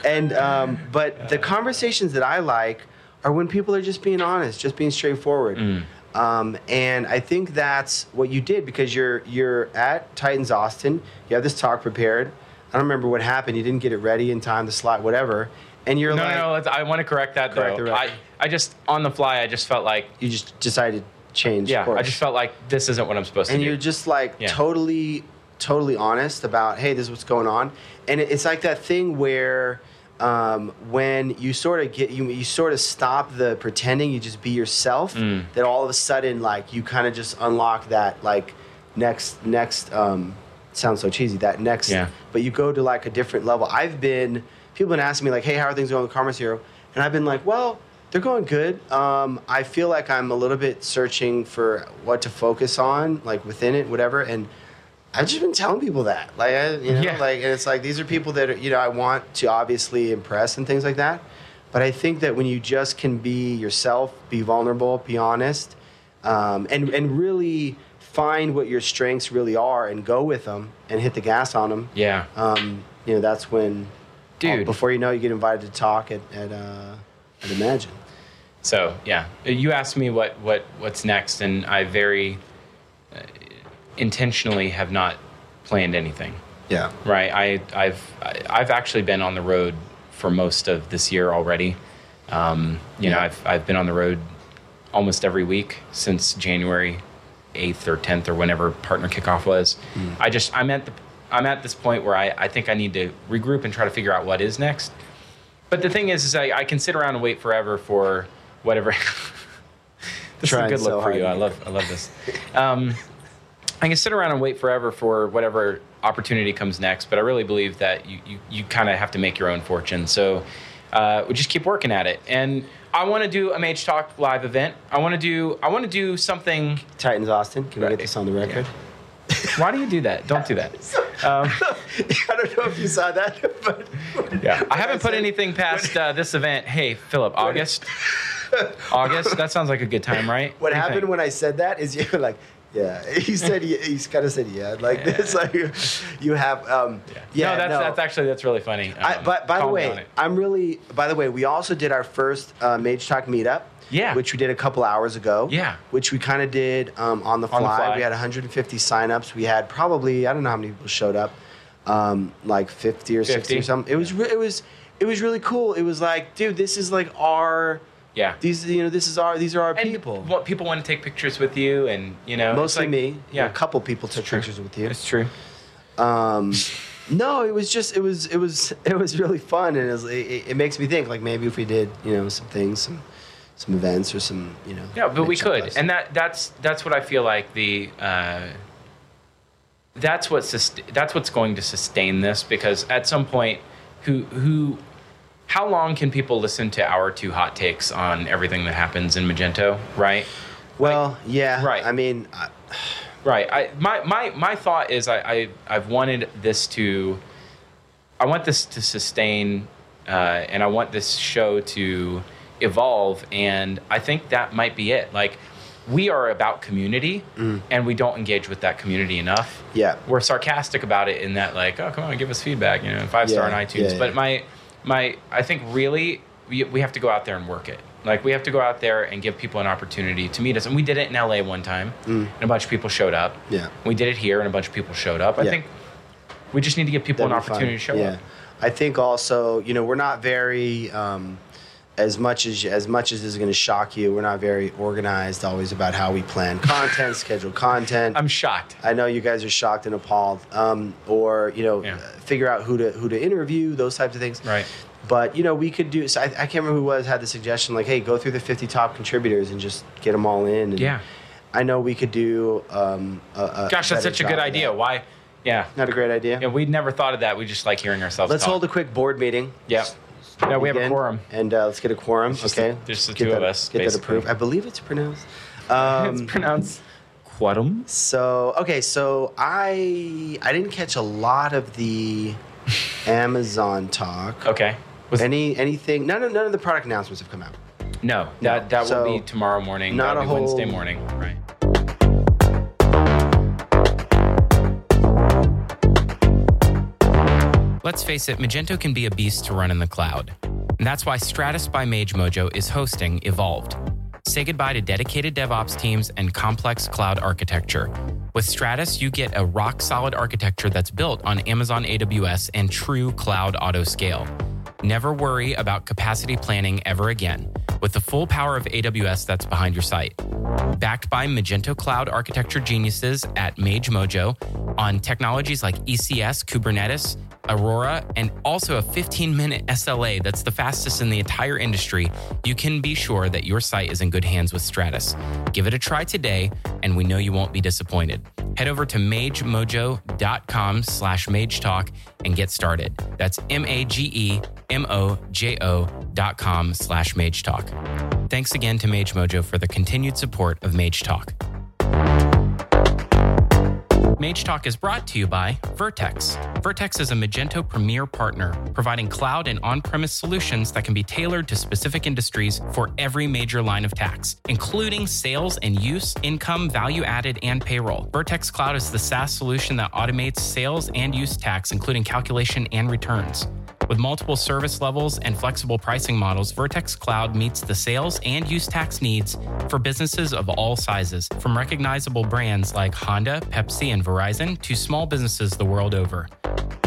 and um, but the conversations that i like are when people are just being honest just being straightforward
Mm.
um, and i think that's what you did because you're you're at titans austin you have this talk prepared i don't remember what happened you didn't get it ready in time the slot whatever and you're
No,
like
no, no. let's- I want to correct that
Correct the
though. I,
record.
I just on the fly, I just felt like
you just decided to change
yeah,
course.
I just felt like this isn't what I'm supposed
and
to
you're
do.
just like
Yeah.
totally totally honest about hey this is what's going on and it- it's like that thing where um, when you sort of get you, you sort of stop the pretending you just be yourself
Mm.
that all of a sudden like you kind of just unlock that like next next um, sounds so cheesy that next
Yeah.
but you go to like a different level i've been people have been asking me like hey how are things going with commerce hero and i've been like well they're going good um, i feel like i'm a little bit searching for what to focus on like within it whatever and i've just been telling people that like I, you know
Yeah.
like and it's like these are people that are, you know i want to obviously impress and things like that but i think that when you just can be yourself be vulnerable be honest um, and and really find what your strengths really are and go with them and hit the gas on them
yeah,
um, you know, that's when, uh,
Dude.
before you know, it, you get invited to talk at at, uh, at Imagine.
So yeah, you asked me what what what's next, and I very uh, intentionally have not planned anything.
Yeah.
Right, I I've I- I've actually been on the road for most of this year already. Um, you know,
Yeah.
I've I've been on the road almost every week since January eighth or tenth or whenever partner kickoff was. I just I'm at the I'm at this point where I, I think I need to regroup and try to figure out what is next. But the thing is, is I, I can sit around and wait forever for whatever. this
Trying
is a good
so
look for
hard.
you. I love I love this. Um, I can sit around and wait forever for whatever opportunity comes next, but I really believe that you, you, you kind of have to make your own fortune. So uh, we just keep working at it. And I want to do a Mage Talk live event. I want to do I want to do something.
Titans Austin, can we get this on the record?
Why do you do that? Don't do that.
I don't know if you saw that, but
Yeah, I haven't put
said-
anything past uh, this event. Hey, Philip, August. August. That sounds like a good time, right?
what
do you
happened
think?
when I said that is you were like, yeah. He said yeah, he's kind of said yeah, like this. Like you- you have, um, yeah.
no, that's that's actually that's really funny.
I,
Um,
but by the
call me on
way,
it.
I'm really. By the way, we also did our first uh, Mage Talk meetup.
Yeah.
Which we did a couple hours ago.
Yeah.
Which we kind of did um, on, the fly.
On the fly.
We had 150 signups. We had probably I don't know how many people showed up, um, like 50 or 60 or
50?
something. It was re- it was it was really cool. It was like, dude, this is like our
yeah.
these you know this is our these are our
and
people.
What people want to take pictures with you, and you know, it's
Mostly
like-
me.
Yeah,
A couple people took pictures with you.
It's true.
Um, no, it was just it was it was it was really fun, and it, was, it, it makes me think like maybe if we did you know some things, some some events or some you know.
Yeah, but we
workshop
could,
lives.
and that that's that's what I feel like the. Uh, that's what sust- that's what's going to sustain this because at some point, who who, how long can people listen to our two hot takes on everything that happens in Magento, right?
well, yeah,
right.
I mean, I,
Right. I my my my thought is I, I I've wanted this to, I want this to sustain, uh, and I want this show to evolve, and I think that might be it. Like, we are about community, and we don't engage with that community enough.
Mm. Yeah.
We're sarcastic about it in that like, oh come on, give us feedback, you know, five star on
Yeah,
iTunes.
yeah,
but
yeah.
my my I think really we, we have to go out there and work it. Like we have to go out there and give people an opportunity to meet us. And we did it in LA one time, and a bunch of people showed up.
Mm. Yeah.
We did it here, and a bunch of people showed up. I
Yeah.
think we just need to give people an
that'd be fun.
opportunity to show
yeah.
up.
I think also, you know, we're not very um, as much as as much as this is going to shock you. We're not very organized always about how we plan content, schedule content.
I'm shocked.
I know you guys are shocked and appalled, um, or you know,
Yeah.
figure out who to who to interview, those types of things.
Right.
But you know, we could do. So I, I can't remember who was had the suggestion like, hey, go through the fifty top contributors and just get them all in. And
Yeah.
I know we could do. Um, a, a
Gosh, that's
better
such a
job
good
of
idea.
that.
Why? Yeah.
Not a great idea.
Yeah, we'd never thought of that. We just like hearing ourselves.
Let's
talk.
hold a quick board meeting.
Yeah. Yeah, we have a
Again,
quorum.
and uh, let's get a quorum.
just
okay,
the- just the
Get
two of
that-
us,
Get
basically.
that approved. I believe it's pronounced. Um,
it's pronounced quorum.
So okay, so I I didn't catch a lot of the Amazon talk.
Okay. Uh, Was,
Any anything? None of none of the product announcements have come out.
no, that that will
So,
be tomorrow morning.
not
That'll
a
be
whole-
Wednesday morning. Right.
Let's face it, Magento can be a beast to run in the cloud. And that's why Stratus by MageMojo is hosting Evolved. Say goodbye to dedicated DevOps teams and complex cloud architecture. With Stratus, you get a rock solid architecture that's built on Amazon AWS and true cloud auto scale. Never worry about capacity planning ever again with the full power of AWS that's behind your site. Backed by Magento Cloud architecture geniuses at MageMojo on technologies like ECS, Kubernetes, Aurora, and also a 15 minute SLA that's the fastest in the entire industry, you can be sure that your site is in good hands with Stratus. Give it a try today, and we know you won't be disappointed. Head over to magemojo.com slash mage talk and get started. That's M A G E M O J O dot com slash mage talk. Thanks again to Mage Mojo for the continued support of Mage Talk. Mage Talk is brought to you by Vertex. Vertex is a Magento premier partner, providing cloud and on premise solutions that can be tailored to specific industries for every major line of tax, including sales and use, income, value added, and payroll. Vertex Cloud is the SaaS solution that automates sales and use tax, including calculation and returns. With multiple service levels and flexible pricing models, Vertex Cloud meets the sales and use tax needs for businesses of all sizes, from recognizable brands like Honda, Pepsi, and Verizon to small businesses the world over.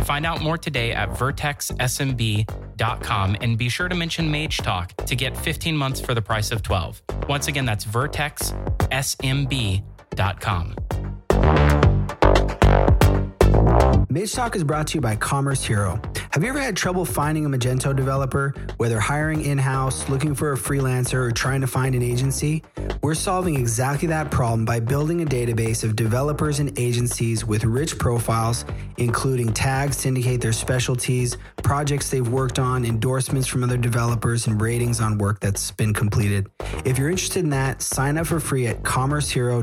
Find out more today at vertexsmb.com and be sure to mention Mage Talk to get 15 months for the price of 12. Once again, that's vertexsmb.com.
Mage Talk is brought to you by Commerce Hero. Have you ever had trouble finding a Magento developer, whether hiring in house, looking for a freelancer, or trying to find an agency? We're solving exactly that problem by building a database of developers and agencies with rich profiles, including tags to indicate their specialties, projects they've worked on, endorsements from other developers, and ratings on work that's been completed. If you're interested in that, sign up for free at commercehero.io.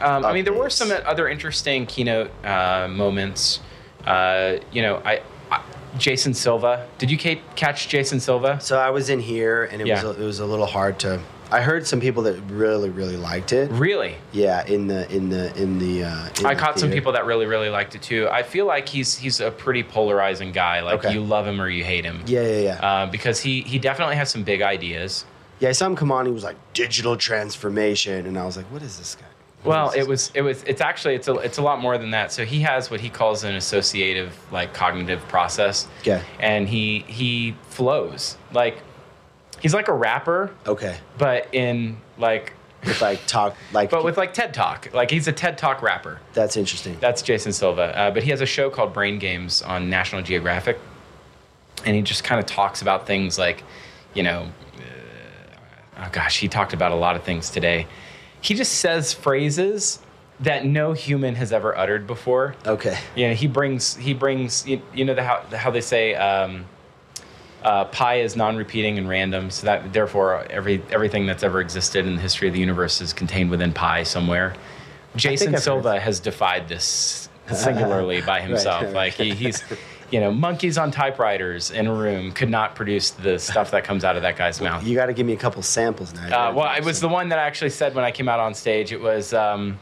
Um, I mean, there were
Updates.
some other interesting keynote uh, moments. Uh, you know, I, I Jason Silva. Did you ca- catch Jason Silva?
So I was in here, and it
Yeah.
was a, it was a little hard to. I heard some people that really really liked it.
Really?
Yeah, in the in the in the. Uh, in
I
the
caught some
theater.
people that really, really liked it too. I feel like he's he's a pretty polarizing guy. Like
Okay.
you love him or you hate him.
Yeah, yeah, yeah.
Uh, because he he definitely has some big ideas.
yeah, I saw him come on. He was like digital transformation, and I was like, what is this guy? What
Well,
is
it
this
was it was it's actually it's a it's a lot more than that. So he has what he calls an associative like cognitive process.
Okay.
And he he flows. Like he's like a rapper,
guy? Okay,
but in like
with like talk like.
but with like TED Talk. Like he's a TED Talk rapper.
that's interesting.
That's Jason Silva. Uh, but he has a show called Brain Games on National Geographic. And he just kind of talks about things like, you know, uh, oh gosh, he talked about a lot of things today. He just says phrases that no human has ever uttered before.
okay.
You know, he brings, he brings, you, you know, the, how, how they say, um, uh, pi is non-repeating and random, so that therefore every everything that's ever existed in the history of the universe is contained within pi somewhere. Jason
I've heard
Silva has defied this singularly by himself.
right.
Like he, he's, you know, monkeys on typewriters in a room could not produce the stuff that comes out of that guy's mouth.
You got to give me a couple samples now.
Uh, well, it was the one that I actually said when I came out on stage. It was, um,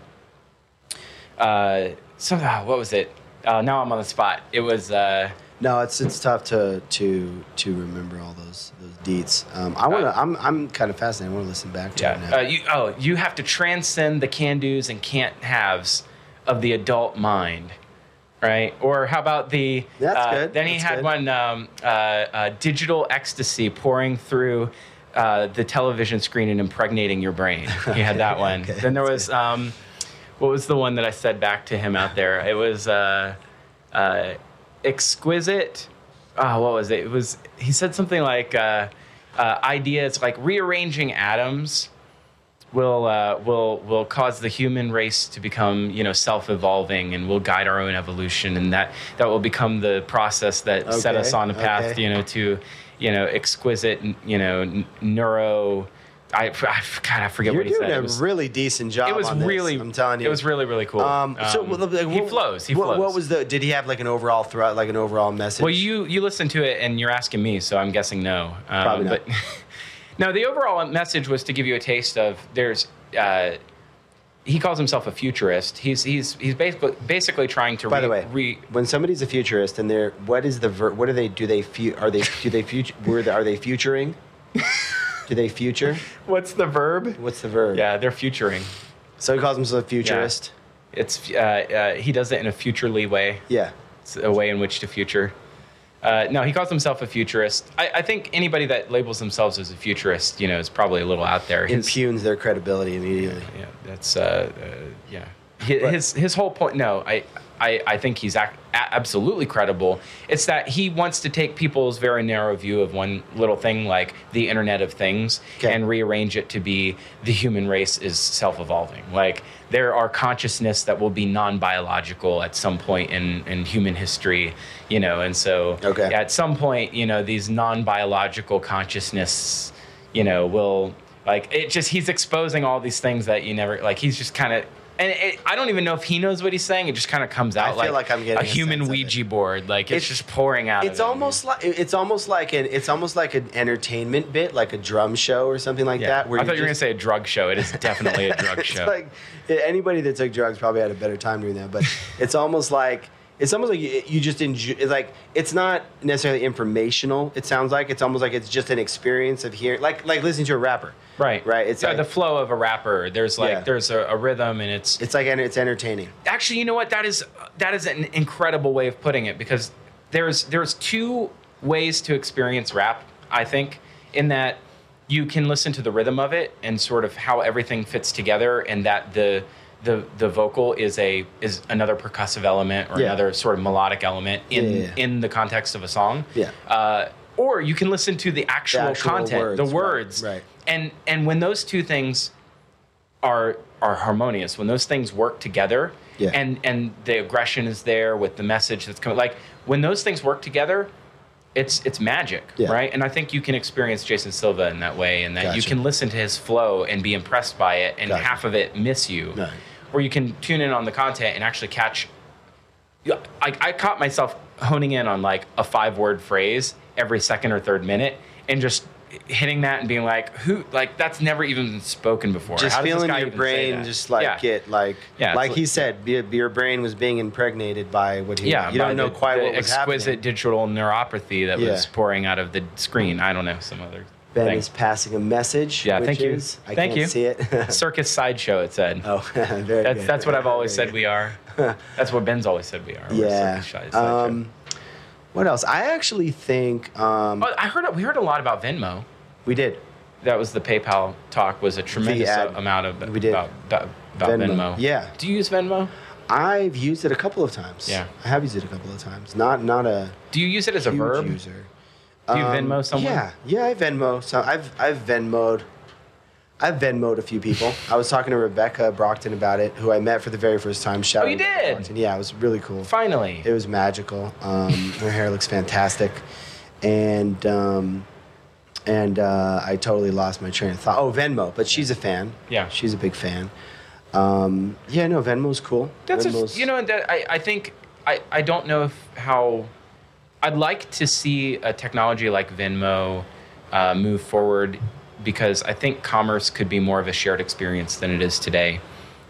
uh, some, ah, what was it? Uh, now I'm on the spot. It was, uh,
No, it's it's tough to to to remember all those those deets. Um, I wanna. I'm I'm kind of fascinated. I want to listen back to it now.
Uh, you, oh, you have to transcend the can do's and can't haves of the adult mind, right? Or how about the.
That's
uh,
good.
Then he
That's
had
good.
one um, uh, uh, digital ecstasy pouring through. Uh, the television screen and impregnating your brain. He had that one. then there was um, what was the one that I said back to him out there? It was uh, uh, exquisite. Oh, what was it? It was he said something like uh, uh, ideas like rearranging atoms will uh, will will cause the human race to become you know self-evolving and will guide our own evolution and that that will become the process that set
Okay,
us on a path
okay.
you know to you know exquisite you know n- neuro. I, I God, I forget
You're
what he said.
doing
It
a
was-
really decent job.
it was
on this,
really
I'm telling you,
it was really really cool
Um, so well, like,
he
what-
flows he
what,
flows
What was the? Did he have like an overall threat, like an overall message?
well you you listen to it and you're asking me so i'm guessing no um,
Probably not.
but no the overall message was to give you a taste of there's uh, he calls himself a futurist he's he's he's basically basically trying to
By
re,
the way,
re,
when somebody's a futurist and they're what is the ver- what are they do they fu- are they do they future were they, are they futuring? do they future?
what's the verb
What's the verb?
yeah they're futuring
So he calls himself a futurist.
it's uh, uh, he does it in a futurely way
Yeah.
It's a way in which to future. Uh, no, he calls himself a futurist. I, I think anybody that labels themselves as a futurist, you know, is probably a little out there. His-
Impugns their credibility immediately.
yeah, that's uh, uh, yeah. His,
Right.
his his whole point. No, I I, I think he's ac- a- absolutely credible. It's that he wants to take people's very narrow view of one little thing, like the Internet of Things,
Okay.
and rearrange it to be the human race is self-evolving. Like there are consciousness that will be non-biological at some point in in human history, you know, and so
Okay.
at some point, you know, these non-biological consciousness, you know, will like it. Just he's exposing all these things that you never like. He's just kind of, and it, I don't even know if he knows what he's saying. It just kind of comes out
feel like I'm getting
a
a
human
sense of it.
Ouija board. Like it's,
It's-
just pouring out. of
It's
him.
almost like it's almost like an it's almost like an entertainment bit, like a drum show or something like
Yeah.
that.
I thought you were gonna
just-
say a drug show. It is definitely a drug
it's
show.
like yeah, anybody that took drugs probably had a better time doing that. But it's almost like it's almost like you, you just enjoy. It's like it's not necessarily informational. It sounds like it's almost like it's just an experience of hearing, like like listening to a rapper.
right,
right. It's
yeah,
like-
the flow of a rapper. There's like
Yeah.
there's a, a rhythm, and it's
It's like enter- it's entertaining.
actually you know what that is that is an incredible way of putting it because there's there's two ways to experience rap i think in that you can listen to the rhythm of it and sort of how everything fits together and that the the the vocal is a is another percussive element or
Yeah.
another sort of melodic element in
Yeah, yeah, yeah.
in the context of a song.
Yeah.
Uh, or you can listen to the actual,
actual
content,
words,
the
right,
words,
right.
and and when those two things are are harmonious when those things work together
Yeah.
and and the aggression is there with the message that's coming like when those things work together it's it's magic
Yeah.
right and i think you can experience jason silva in that way and that you
Gotcha.
can listen to his flow and be impressed by it and
Gotcha.
half of it miss you
Right.
or you can tune in on the content and actually catch yeah, I, I caught myself honing in on like a five word phrase every second or third minute and just hitting that and being like, who, like, that's never even been spoken before.
just
How does this
feeling
guy
your
even say
brain
that?
just like
yeah.
get like
Yeah, it's
like he
like-
said your, your brain was being impregnated by what he
Yeah,
you
by
don't know
the-
quite
the
what was
exquisite
happening
digital neuropathy that
Yeah.
was pouring out of the screen. I don't know some other
Ben
thing.
is passing a message
Yeah,
which
thank you.
is, I
Thank
can't
you.
see it
Circus sideshow. It said.
oh very
that's
good.
that's what I've always
Very
said we are. That's what Ben's always said we are. We're a
yeah
circus side- sideshow.
um what else I actually think um
oh, I heard we heard a lot about Venmo.
we did
that was the PayPal talk was a tremendous
ad.
amount of
We did.
about, about, about
Venmo.
Venmo.
Yeah.
Do you use Venmo?
I've used it a couple of times
Yeah.
I have used it a couple of times not not a
Do you use it as a
huge
verb?
user
Do you
Um,
Venmo someone?
Yeah, yeah, I Venmo. So I've I've Venmoed. I've Venmoed a few people. I was talking to Rebecca Brockton about it, who I met for the very first time. Shout
Oh,
out
you
Rebecca
did?
Brockton. Yeah, it was really cool.
Finally.
It was magical. Um, her hair looks fantastic, and um, and uh, I totally lost my train of thought. Oh, Venmo, but she's a fan.
Yeah.
she's a big fan. Um, yeah, no, Venmo's cool.
That's
Venmo's-
a, you know that I, I think I, I don't know if how I'd like to see a technology like Venmo uh, move forward because I think commerce could be more of a shared experience than it is today.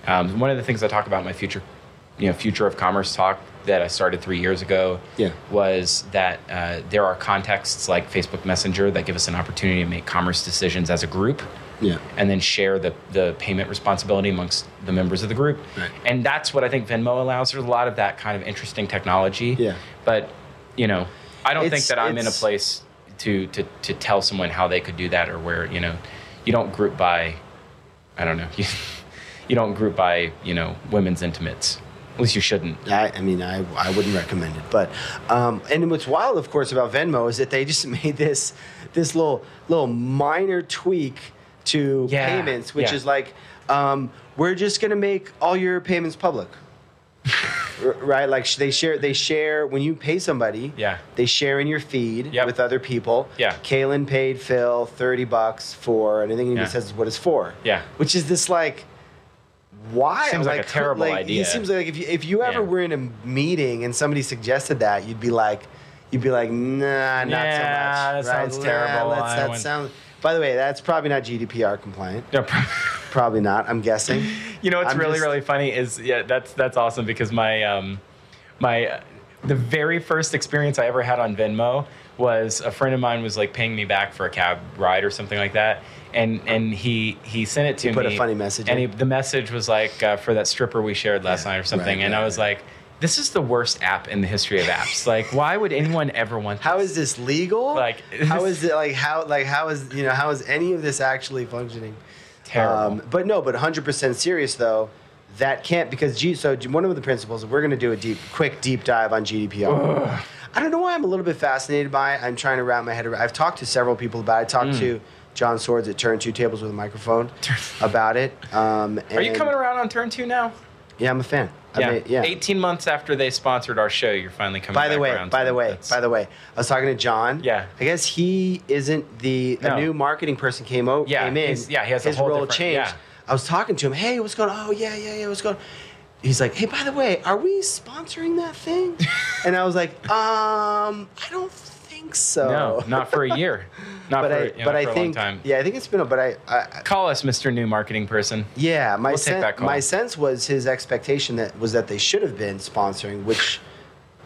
Um, one of the things I talk about in my future, you know, future of commerce talk that I started three years ago
Yeah.
was that uh, there are contexts like Facebook Messenger that give us an opportunity to make commerce decisions as a group
Yeah,
and then share the, the payment responsibility amongst the members of the group.
Right.
And that's what I think Venmo allows. There's a lot of that kind of interesting technology.
Yeah.
But, you know, I don't think
It's-
that I'm in a
it's-
place to, to, to tell someone how they could do that or where, you know, you don't group by, I don't know, you, you don't group by, you know, women's intimates. At least you shouldn't.
I, I mean, I, I wouldn't recommend it. But um, and what's wild, of course, about Venmo is that they just made this this little little minor tweak to
Yeah,
payments, which
yeah.
is like um, we're just gonna make all your payments public. R- right, like sh- they share. They share when you pay somebody.
Yeah.
they share in your feed
Yep.
with other people.
Yeah.
Kalen paid Phil thirty bucks for, and I think he
Yeah.
says what it's for.
Yeah.
which is this like why?
Seems like a terrible
like,
idea.
It seems like if you if you ever
Yeah.
were in a meeting and somebody suggested that, you'd be like, you'd be like, nah, not
Yeah,
so much.
that sounds terrible.
let's-
I
that
wouldn't-
sound- By the way, that's probably not GDPR compliant.
No problem.
Probably not. I'm guessing.
You know what's
I'm
really
just-
really funny is yeah that's that's awesome because my um my uh, the very first experience I ever had on Venmo was a friend of mine was like paying me back for a cab ride or something like that and and he he sent it to
put a
me
funny message
and he,
in?
the message was like uh, for that stripper we shared last
Yeah,
night or something
right,
and
right,
I was
right.
like this is the worst app in the history of apps like why would anyone ever want
How
this?
is this legal?
Like-
how is it like how like how is you know how is any of this actually functioning? Um,
terrible
but no, but 100% serious though. That can't because G. So one of the principles we're going to do a deep, quick deep dive on GDPR. I don't know why I'm a little bit fascinated by it. I'm trying to wrap my head around. I've talked to several people about it. I talked
Mm.
to John Swords at Turn Two Tables with a microphone about it. Um,
are you
and-
coming around on turn 2 now
Yeah, I'm a fan. I mean, yeah.
18 months after they sponsored our show you're finally coming
By the
back
way,
around to
by the
it.
way,
That's-
by the way, I was talking to John.
Yeah.
I guess he isn't the
No.
a new marketing person came out.
Yeah,
came in.
he's- yeah, he has a
his
whole
role
different-
changed.
yeah.
I was talking to him. Hey, what's going? on? Oh yeah, yeah, yeah. What's going? on? He's like, hey, by the way, are we sponsoring that thing? and I was like, um, I don't think so.
No, not for a year. Not
but
for,
I,
you know,
but
for
I
a
think,
long time.
yeah, I think it's been. a But I, I, I
Call us, Mr. New Marketing Person.
yeah, my
We'll take
sen-
that call.
my sense was his expectation that was that they should have been sponsoring, which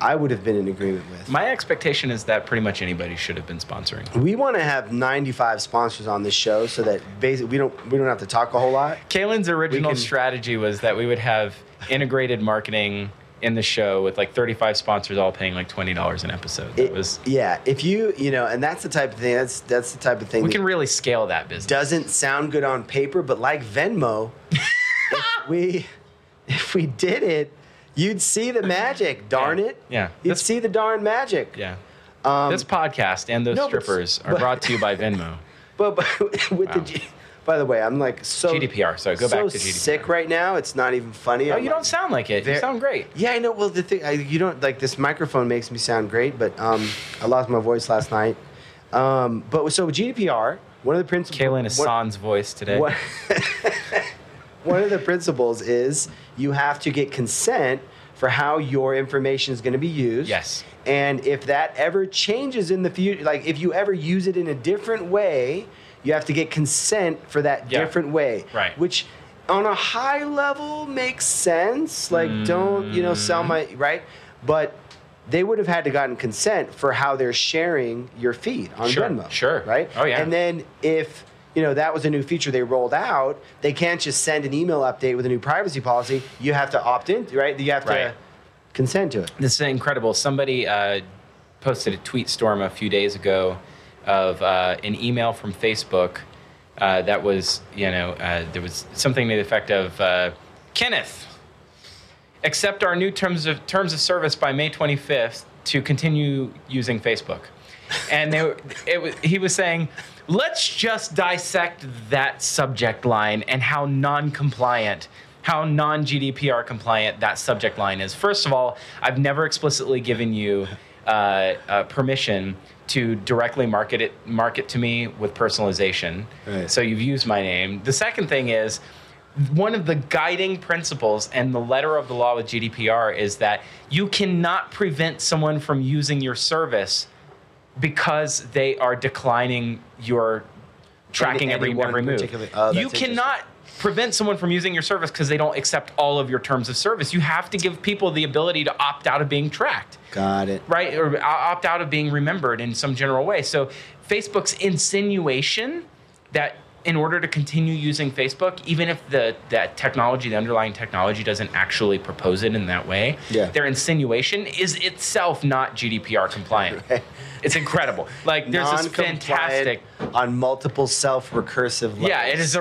I would have been in agreement with.
My expectation is that pretty much anybody should have been sponsoring.
We want to have 95 sponsors on this show so that basically we don't we don't have to talk a whole lot.
Kalen's original
We can-
strategy was that we would have integrated marketing in the show with like 35 sponsors all paying like $20 an episode. That
It-
was
yeah, if you you know, and that's the type of thing that's that's the type of thing
we
that
can really scale that business.
doesn't sound good on paper, but like Venmo, if we if we did it, you'd see the magic. Darn
Yeah.
it!
Yeah.
you'd
That's-
see the darn magic.
Yeah. this podcast and those
um, no, but-
strippers are
but-
brought to you by Venmo.
But, but with the
Wow.
G- by the way, I'm like so
GDPR, sorry, go
so
back to GDPR.
Sick right now. It's not even funny.
Oh,
I'm
you
like-
don't sound like it. You
There-
sound great.
Yeah, I know. Well, the thing I, you don't like this microphone makes me sound great, but um, I lost my voice last night. Um, but so with GDPR, one of the principles.
Kaylin Hassan's voice today.
What, one of the principles is you have to get consent for how your information is going to be used.
Yes.
And if that ever changes in the future, like if you ever use it in a different way, you have to get consent for that
Yeah.
different way.
Right.
Which on a high level makes sense. Like don't, you know, sell my
Mm.
right? But they would have had to gotten consent for how they're sharing your feed on
Sure,
Venmo.
sure.
Right?
Oh, yeah.
And then if you know that was a new feature they rolled out, they can't just send an email update with a new privacy policy. You have to opt in, right? You have to
Right.
consent to it.
This is incredible. Somebody uh, posted a tweet storm a few days ago of uh, an email from Facebook uh, that was, you know, uh, there was something to the effect of uh, Kenneth, accept our new terms of terms of service by May 25th to continue using Facebook. And they, were- it was, he was saying, let's just dissect that subject line and how non-compliant, how non-GDPR compliant that subject line is. First of all, I've never explicitly given you uh, uh, permission to directly market it market to me with personalization.
Right.
So you've used my name. The second thing is one of the guiding principles and the letter of the law with GDPR is that you cannot prevent someone from using your service because they are declining your tracking
Any- any
every,
one
every move.
particular- oh, that's
you
interesting.
cannot prevent someone from using your service because they don't accept all of your terms of service. You have to give people the ability to opt out of being tracked
Got it.
right or o- opt out of being remembered in some general way so facebook's insinuation that in order to continue using facebook even if the that technology the underlying technology doesn't actually propose it in that way
Yeah.
their insinuation is itself not gdpr compliant it's incredible like there's this
Non-compliant
fantastic
on multiple self-recursive levels.
yeah it is a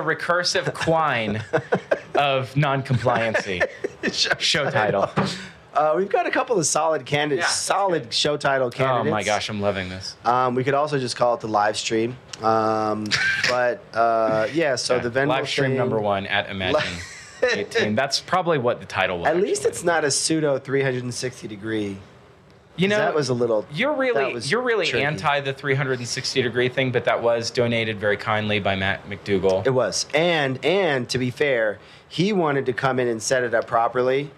recursive quine of non-compliancy show title Oh
Uh, we've got a couple of solid candidates,
Yeah, that's
solid show title
oh
candidates.
my gosh i'm loving this
Um, we could also just call it the live stream. Um, but uh, yeah, so the Venmo
live stream
thing-
number one at Imagine 18. That's probably what the title was.
At least
actually.
it's not a pseudo 360 degree.
you know
that was a little.
you're
that
really
was
you're really
tricky.
anti the 360 degree thing, but that was donated very kindly by Matt McDougall.
It was, and and to be fair, he wanted to come in and set it up properly,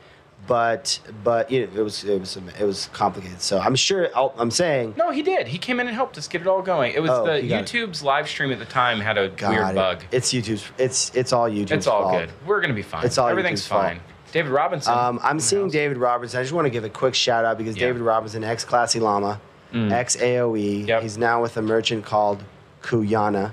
but but you know, it was it was it was complicated. So I'm sure I'll, I'm saying
no, he did. He came in and helped us get it all going. It was
Oh,
the
he got it.
YouTube's live stream at the time had a
God,
weird
it-
bug.
It's YouTube's. It's it's all YouTube's.
It's all
fault.
good. We're gonna be fine.
It's all
Everything's
YouTube's fault.
fine. David Robinson.
Um, I'm
in the
seeing
house.
David Robertson. I just want to give a quick shout out because
Yeah. Mm.
David Robertson, ex Classy Llama, ex AOE,
Yep.
he's now with a merchant called Kuyana,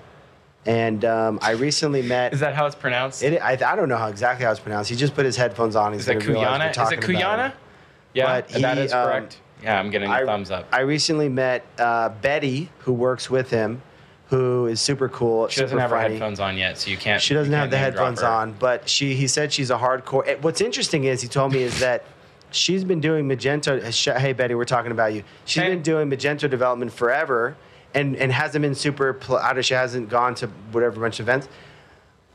and um, I recently met.
Is that how it's pronounced?
It, I, I don't know how exactly how it's pronounced. He just put his headphones on. He's
Is that
gonna realize we're
Kuyana? Is it
talking about
Kuyana? Yeah,
But
that
he,
is
um,
correct. yeah, I'm getting a
I,
thumbs up.
I recently met uh, Betty, who works with him, who is super cool.
She doesn't
super
have her
funny.
headphones on yet, so you can't.
She doesn't
you
have
can't
the
name drop
headphones
her.
on, but she he said she's a hardcore. eh, What's interesting is he told me is that she's been doing Magento. eh, sh- Hey Betty, we're talking about you. She's
Hey.
been doing Magento development forever, and and hasn't been super. Pl- out of- she hasn't gone to whatever bunch of events.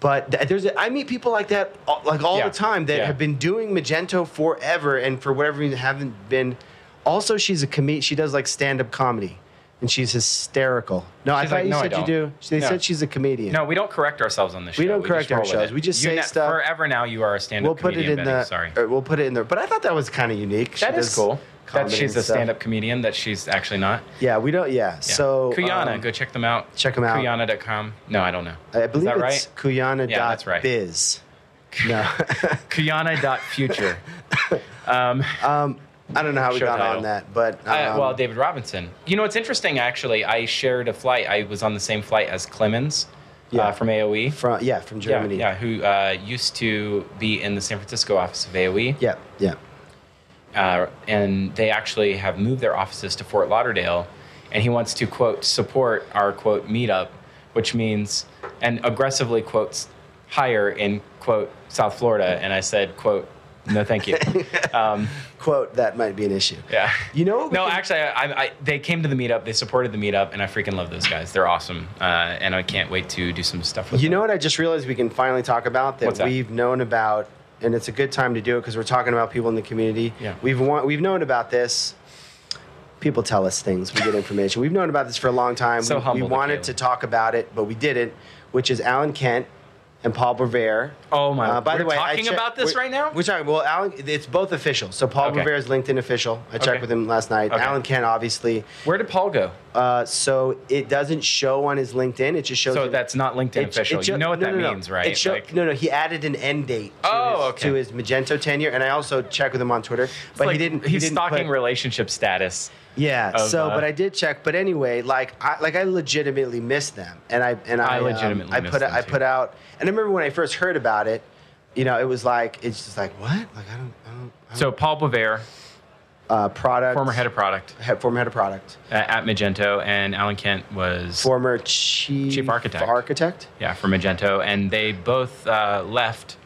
But th- there's a, I meet people like that all- like all
Yeah.
the time that
Yeah.
have been doing Magento forever, and for whatever reason haven't been. Also, she's a comedian. She does like stand up comedy. And she's hysterical. No, I
She's
thought
like,
you
"No, I
said you
don't."
do. They
No.
said she's a comedian.
No, we don't correct ourselves on this show.
We don't correct
just roll
our
with
shows.
it.
We just
You
say stuff-
Forever now, you are a stand-up
we'll put it
comedian,
in
Betty.
the
Sorry.
or we'll put it in there. But I thought that was kind of unique. She
that is
does
cool. That
comedy
she's
and
a
stuff.
stand-up comedian. That she's actually not.
Yeah, we don't. Yeah,
Yeah.
so
Kuyana,
um,
go check them out.
check 'em out.
Kuyana.com. No, I don't know.
I believe
is that
it's
right?
Kuyana
Yeah, that's right.
biz. No,
Kuyana.future.
um, I don't know how we
Show
got
title.
on that, but um,
Uh, well, David Robinson. You know, it's interesting, actually. I shared a flight. I was on the same flight as Clemens
Yeah.
uh, from AOE.
from yeah, from
Yeah,
Germany.
Yeah, who uh, used to be in the San Francisco office of E. AOE.
yeah, yeah.
uh, and they actually have moved their offices to Fort Lauderdale, and he wants to quote support our quote meetup, which means and aggressively quotes hire in quote South Florida, and I said quote No, thank you. um,
Quote, that might be an issue.
yeah.
You know what we
No,
can-
actually, I, I, I, they came to the meetup. They supported the meetup, and I freaking love those guys. They're awesome, uh, and I can't wait to do some stuff with
You
them.
know what I just realized we can finally talk about that,
What's that?
we've known about, and it's a good time to do it because we're talking about people in the community.
Yeah.
We've want, we've known about this. People tell us things. We get information. We've known about this for a long time.
So
we, we
humble to
wanted
Caleb.
to talk about it, but we didn't. Which is Alan Kent and Paul Brever.
Oh my!
Uh, by
we're
the way, I
talking
check-
about this
we're-
right now.
We're talking. Well, Alan, it's both official. So Paul
Okay.
Brever is LinkedIn official. I checked
Okay.
with him last night.
Okay.
Alan Kent, obviously.
Where did Paul go?
Uh, so it doesn't show on his LinkedIn. It just shows.
So
him-
that's not LinkedIn
it-
official.
it
you
sho-
know what
no,
that
no, no.
means, right?
It sho-
Like-
no, no, he added an end date to,
Oh,
his,
okay.
to his Magento tenure, and I also checked with him on Twitter,
It's
but
like
he didn't. he
He's
didn't
stalking
put-
relationship status.
yeah.
of,
so,
uh,
but I did check. But anyway, like I like I legitimately missed them, and I and I,
I
um,
legitimately
I
miss
put
them,
I
too.
put out, and I remember when I first heard about it, you know, it was like it's just like what like I don't I don't. I don't
So Paul Bevere,
uh, product
former head of product
he- former head of product,
uh, at Magento, and Alan Kent was
former chief
Chief architect.
architect.
yeah for Magento, and they both uh, left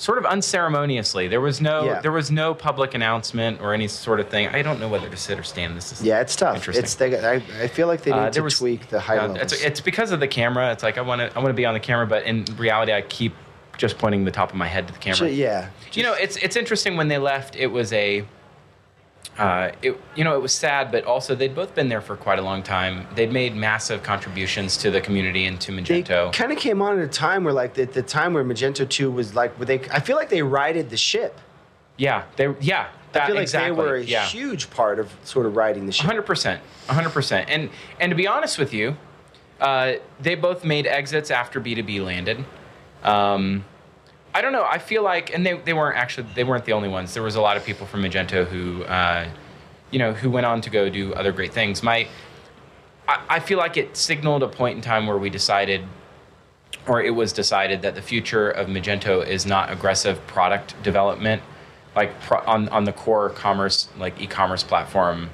sort of unceremoniously. There was no
Yeah.
there was no public announcement or any sort of thing. I don't know whether to sit or stand. This is
Yeah, it's tough.
Interesting.
It's they, I, I feel like they need
Uh,
to tweak the high
yeah,
levels.
It's, it's because of the camera. It's like I want to I want to be on the camera, but in reality, I keep just pointing the top of my head to the camera.
Ju- yeah,
you know, it's it's interesting when they left. It was a, uh, it you know, it was sad, but also they'd both been there for quite a long time. They'd made massive contributions to the community and to
they
Magento.
kind of came on at a time where like at the time where Magento two was like where they I feel like they righted the ship.
yeah, they yeah. That,
I feel like
exactly.
they were a
yeah.
huge part of sort of riding the ship.
hundred percent, hundred percent. And and to be honest with you, uh, they both made exits after B two B landed. Um, I don't know. I feel like, and they, they weren't actually they weren't the only ones. There was a lot of people from Magento who, uh, you know, who went on to go do other great things. My, I, I feel like it signaled a point in time where we decided, or it was decided that the future of Magento is not aggressive product development, like pro, on on the core commerce like e-commerce platform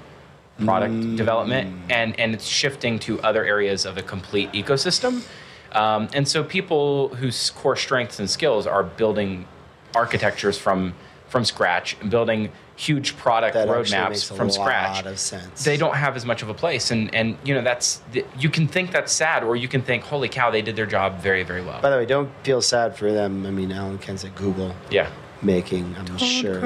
product
Mm.
development and and it's shifting to other areas of the complete ecosystem um, and so people whose core strengths and skills are building architectures from from scratch and building huge product
That actually makes
roadmaps
a
from
lot
scratch
of sense.
they don't have as much of a place and and you know that's th- you can think that's sad or you can think holy cow they did their job very very well
By the way, don't feel sad for them. I mean, Alan Kent's at Google
yeah
making, I'm uh, sure,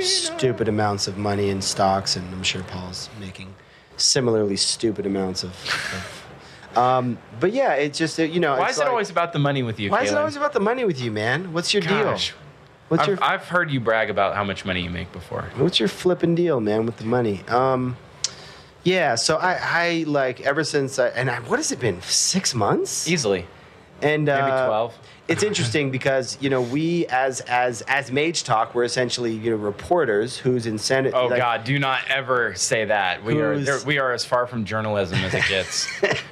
stupid amounts of money in stocks, and I'm sure Paul's making similarly stupid amounts of. of- um, but yeah, it's just you know.
why
it's
is
like-
it always about the money with you
Why is it
Kalen?
always about the money with you, man? What's your
Gosh.
deal? What's
I've,
your
I've heard you brag about how much money you make before
What's your flipping deal, man, with the money? Um, yeah. So I, I like ever since, I, and I, what has it been? Six months?
easily
and
Maybe
uh,
12.
It's interesting because you know we as as as Mage Talk, we're essentially you know reporters whose incentive.
Oh God! Do not ever say that. We are
Who's-
there, we are as far from journalism as it gets.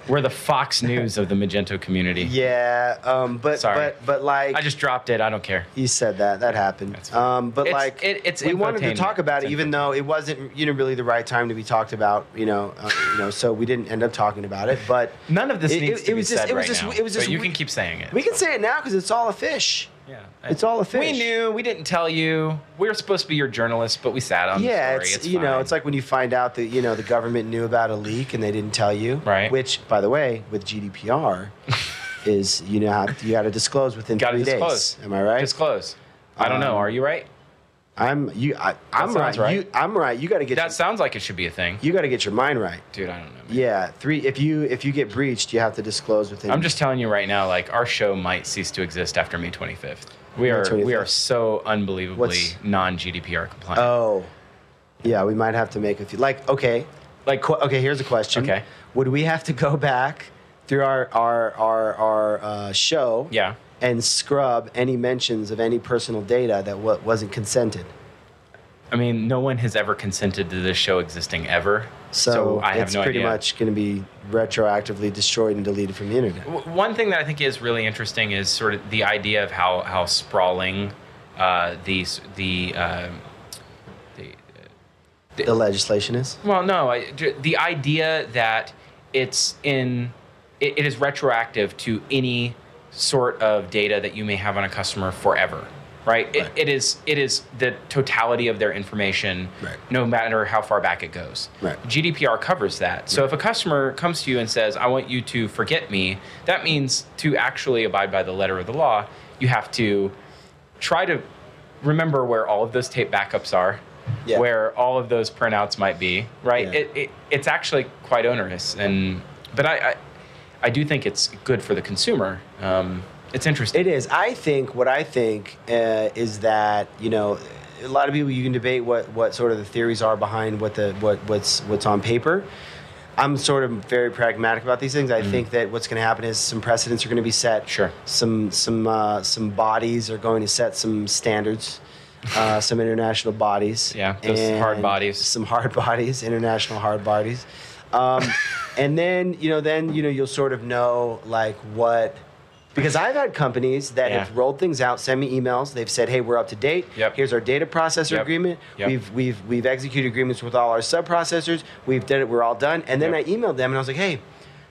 We're the Fox News of the Magento community.
Yeah, um, but
Sorry.
but but like
I just dropped it. I don't care.
You said that. That happened.
That's fine.
Um, but
It's-
like,
it- it's
we wanted to
infotainment.
talk about it,
It's
even though it wasn't, you know, really the right time to be talked about. You know, uh, you know, so we didn't end up talking about it. But
None of this
it,
needs
it,
to
it
be
was just,
said
it was
right
just,
now.
It was just.
but you
we,
can keep saying it.
we can say it now because it's all a fish.
yeah,
it's all a
We
fish.
knew. We didn't tell you. We were supposed to be your journalists, but we sat on.
yeah,
the story.
it's, you know,
fine.
it's like when you find out that you know the government knew about a leak and they didn't tell you.
Right.
Which, by the way, with GDPR, is you know have, you got to disclose within
Gotta
three
disclose.
days. Am I right?
disclose. I don't know.
Um,
Are you right?
I'm you. I, I'm right.
sounds right.
You, I'm right. You got to get
That
your,
sounds like it should be a thing,
you got to get your mind right.
dude. I don't know. man.
Yeah, three. If you if you get breached, you have to disclose within.
I'm just telling you right now, like our show might cease to exist after May 25th. We
May
are we
25th.
are so unbelievably
What's-
non GDPR compliant.
Oh, yeah. We might have to make a few. Like okay,
like
qu- okay. Here's a question.
Okay.
Would we have to go back through our our our our uh, show?
yeah,
And scrub any mentions of any personal data that wa wasn't consented.
I mean, no one has ever consented to this show existing ever.
So,
So, I have
it's
no
pretty
idea.
much going to be retroactively destroyed and deleted from the internet.
W- One thing that I think is really interesting is sort of the idea of how how sprawling uh, the s- the uh, the
The legislation is.
Well, no, I, j- the idea that it's in it, it is retroactive to any sort of data that you may have on a customer forever. right? It, it is it is the totality of their information,
Right.
no matter how far back it goes.
Right.
GDPR covers that. So if a customer comes to you and says, "I want you to forget me," that means to actually abide by the letter of the law, you have to try to remember where all of those tape backups are.
Yeah.
Where all of those printouts might be, right?
Yeah.
It, it, it's actually quite onerous, and but I, I, I do think it's good for the consumer. Um, it's interesting.
It is. I think what I think uh, is that you know, a lot of people you can debate what what sort of the theories are behind what the what what's what's on paper. I'm sort of very pragmatic about these things. I think that what's going to happen is some precedents are going to be set.
Mm. Sure.
Some some uh, some bodies are going to set some standards. Uh, some international bodies.
Yeah, those hard
and
bodies.
Some hard bodies, international hard bodies. Um, and then you know, then you know, you'll sort of know like what. Because I've had companies that
Yeah.
have rolled things out, send me emails. They've said, "Hey, we're up to date.
Yep.
Here's our data processor
Yep.
agreement.
Yep.
We've we've we've executed agreements with all our subprocessors. We've done it. We're all done." And then
Yep.
I emailed them and I was like, "Hey,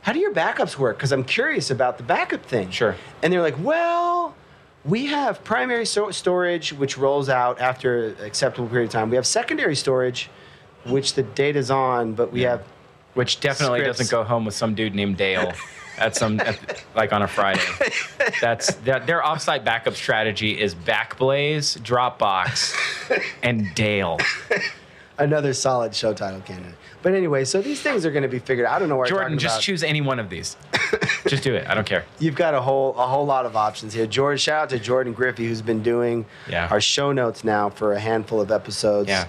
how do your backups work? Because I'm curious about the backup thing."
Sure.
And they're like, "Well." We have primary so- storage, which rolls out after an acceptable period of time. We have secondary storage, which the data's on, but we have
which definitely
Scripts.
doesn't go home with some dude named Dale at some at, like on a Friday. That's that their offsite backup strategy is Backblaze, Dropbox, and Dale.
another solid show title candidate. But anyway, so these things are going to be figured out. I don't know where
Jordan,
I'm talking
just
about.
choose any one of these. just do it. I don't care.
You've got a whole a whole lot of options here. Jordan, shout out to Jordan Griffey who's been doing
Yeah.
our show notes now for a handful of episodes.
Yeah.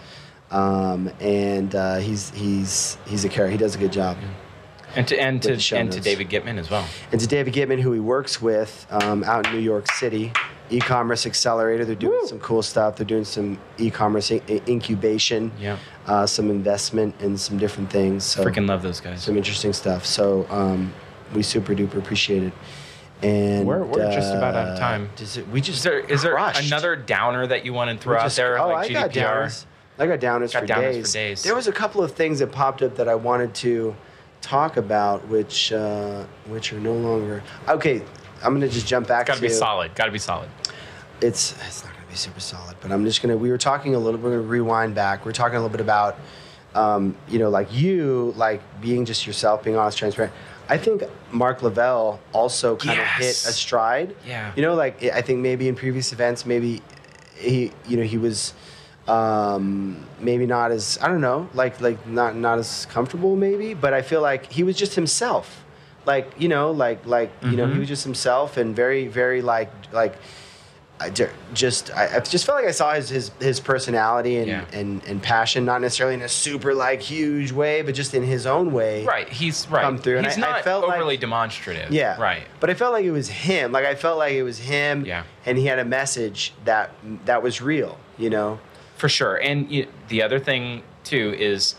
Um, and uh, he's he's he's a character. He does a good job.
And to and
With the show
to and to
notes.
David Gitman as well.
And to David Gitman, who he works with um, out in New York City, e-commerce accelerator. They're doing some cool stuff. They're doing some e-commerce in- incubation.
Yeah.
Uh, some investment and some different things. So
Freaking love those guys.
some interesting stuff. So um, we super duper appreciate it. And
We're- we're just about out of
uh,
time.
does it- we just
Is there is there
crushed.
another downer that you want to
We
throw out
just-
there?
Oh,
like
I got downers. I got downers,
Got
for,
downers for
days.
days.
There was a couple of things that popped up that I wanted to talk about, which uh, which are no longer okay. I'm gonna just jump back
Gotta
to
be solid. Gotta be solid.
it's it's not going to be super solid, but I'm just going to. We were talking a little. We're going to rewind back. We're talking a little bit about, um, you know, like you, like being just yourself, being honest, transparent. I think Mark Lavelle also kind of hit
Yes.
a stride.
Yeah.
You know, like I think maybe in previous events, maybe he, you know, he was um maybe not as i don't know like like not not as comfortable maybe but i feel like he was just himself like you know like like you
Mm-hmm.
know he was just himself and very very like like I ju- just I, I just felt like I saw his his, his personality and,
Yeah.
and and passion, not necessarily in a super like huge way, but just in his own way.
Right. He's right.
Come through, and
He's
I- I
not
felt like-
overly demonstrative.
Yeah.
Right.
But I felt like it was him. Like I felt like it was him.
Yeah.
And he had a message that that was real. You know.
for sure. And you, the other thing too is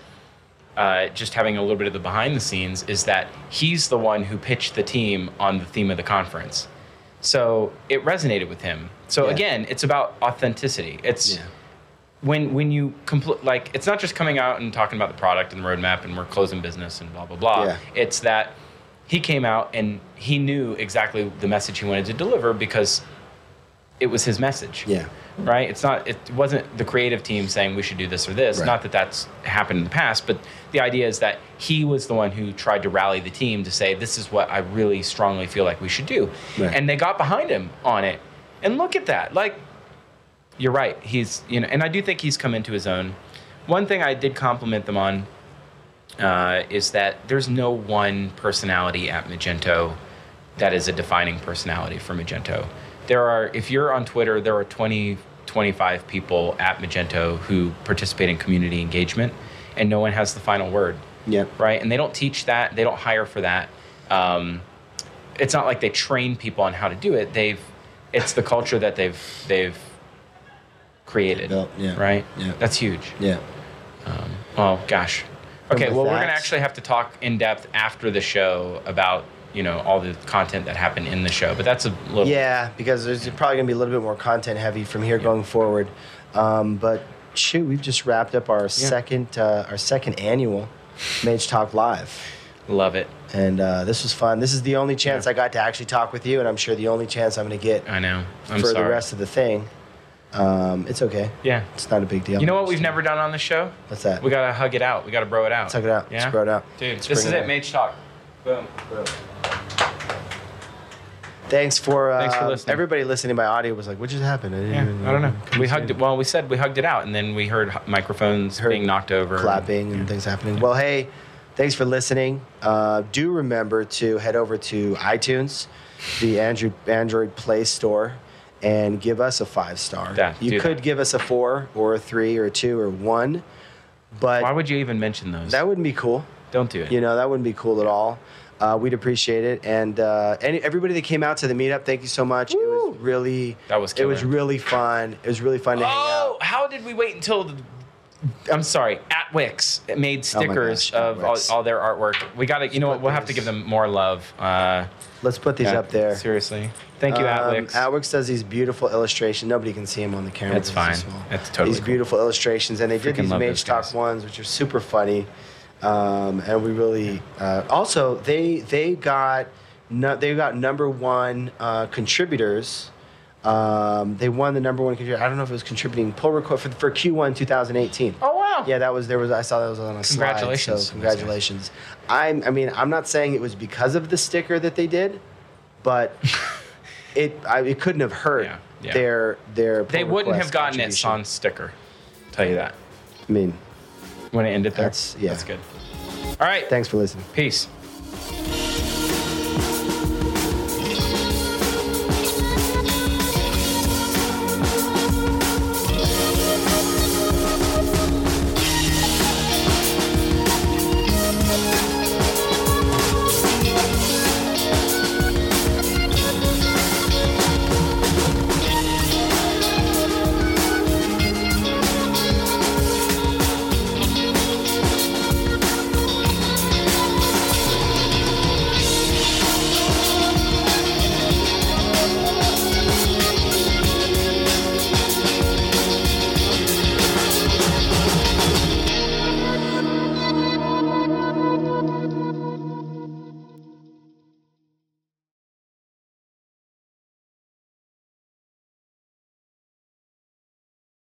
uh, just having a little bit of the behind the scenes is that he's the one who pitched the team on the theme of the conference, so it resonated with him. So
Yeah.
again, it's about authenticity. It's when when you complete like it's not just coming out and talking about the product and the roadmap and we're closing business and blah blah blah.
Yeah.
It's that he came out and he knew exactly the message he wanted to deliver because it was his message
Yeah.
right? It's not. It wasn't the creative team saying we should do this or this.
Right.
Not that that's happened in the past, but the idea is that he was the one who tried to rally the team to say this is what I really strongly feel like we should do,
Right.
and they got behind him on it. And look at that. Like, you're right. He's you know, and I do think he's come into his own. One thing I did compliment them on uh, is that there's no one personality at Magento that is a defining personality for Magento. There are, if you're on Twitter, there are 20, 25 people at Magento who participate in community engagement, and no one has the final word,
Yep.
right? And they don't teach that, they don't hire for that. Um, it's not like they train people on how to do it. They've, it's the culture that they've they've created,
Built, yeah.
right?
Yeah.
That's huge.
Yeah.
Oh gosh.
And
Okay,
with
well, we're
that-
gonna actually have to talk in depth after the show about you know all the content that happened in the show, but that's a little
Yeah, because there's probably gonna be a little bit more content heavy from here going forward. Um, but shoot, we've just wrapped up our second uh, our second annual Mage Talk Live.
love it.
And uh, this was fun. This is the only chance I got to actually talk with you, and I'm sure the only chance I'm going to get
I know. I'm
for
sorry.
the rest of the thing. Um, it's okay.
Yeah.
It's not a big deal.
You know what we've never done on the show?
What's that?
We gotta hug it out. We gotta bro it out.
Let's hug it out. Let's bro it out.
Dude,
Let's
this
bring
is
it
it.
in.
Mage talk. Boom.
Thanks for uh,
Thanks for listening.
Everybody listening by audio was like, "What just happened?" I, didn't
Yeah,
even-
I don't know.
couldn't
We
see
hugged it.
anything.
Well, we said we hugged it out, and then we heard h- microphones
Heard
being knocked over.
clapping and things happening. Well, hey, thanks for listening. Uh, do remember to head over to iTunes, the Android Android Play Store, and give us a five star.
Yeah, do
you could
that.
give us a four or a three or a two or one, but
Why would you even mention those?
that wouldn't be cool.
Don't do it.
You know, that wouldn't be cool at all. Uh, we'd appreciate it, and uh, any, everybody that came out to the meetup, thank you so much. It was really
That was
it was
killer.
really fun. It was really fun to hang out.
oh, how did we wait until? The, I'm sorry. At Wix made
Oh my
stickers
gosh,
of all,
Atwix.
all their artwork. We got to. You know what? We'll have to
these-
give them more love. Uh,
Let's put these
yeah,
up there.
Seriously. Thank you,
Um,
Atwix.
Atwix does these beautiful illustrations. Nobody can see him on the camera.
That's
because it's
fine.
so small.
That's totally
These
cool.
beautiful illustrations, and they did
Freaking
these
love
Mage
those
Talk
guys.
ones, which are super funny. Um, and we really uh, also they they got no, they got number one uh, contributors. Um, they won the number one contributor. I don't know if it was contributing pull record for, for Q1 2018.
oh wow.
Yeah, that was there was I saw that was on a slide.
Congratulations.
So congratulations. I'm I mean I'm not saying it was because of the sticker that they did, but it I, it couldn't have hurt
Yeah, yeah.
their their.
They
pull
wouldn't
request
have gotten it
contribution.
sans sticker. Tell you that.
I mean,
Want to end it there?
That's- yeah.
That's good. All right.
thanks for listening.
Peace.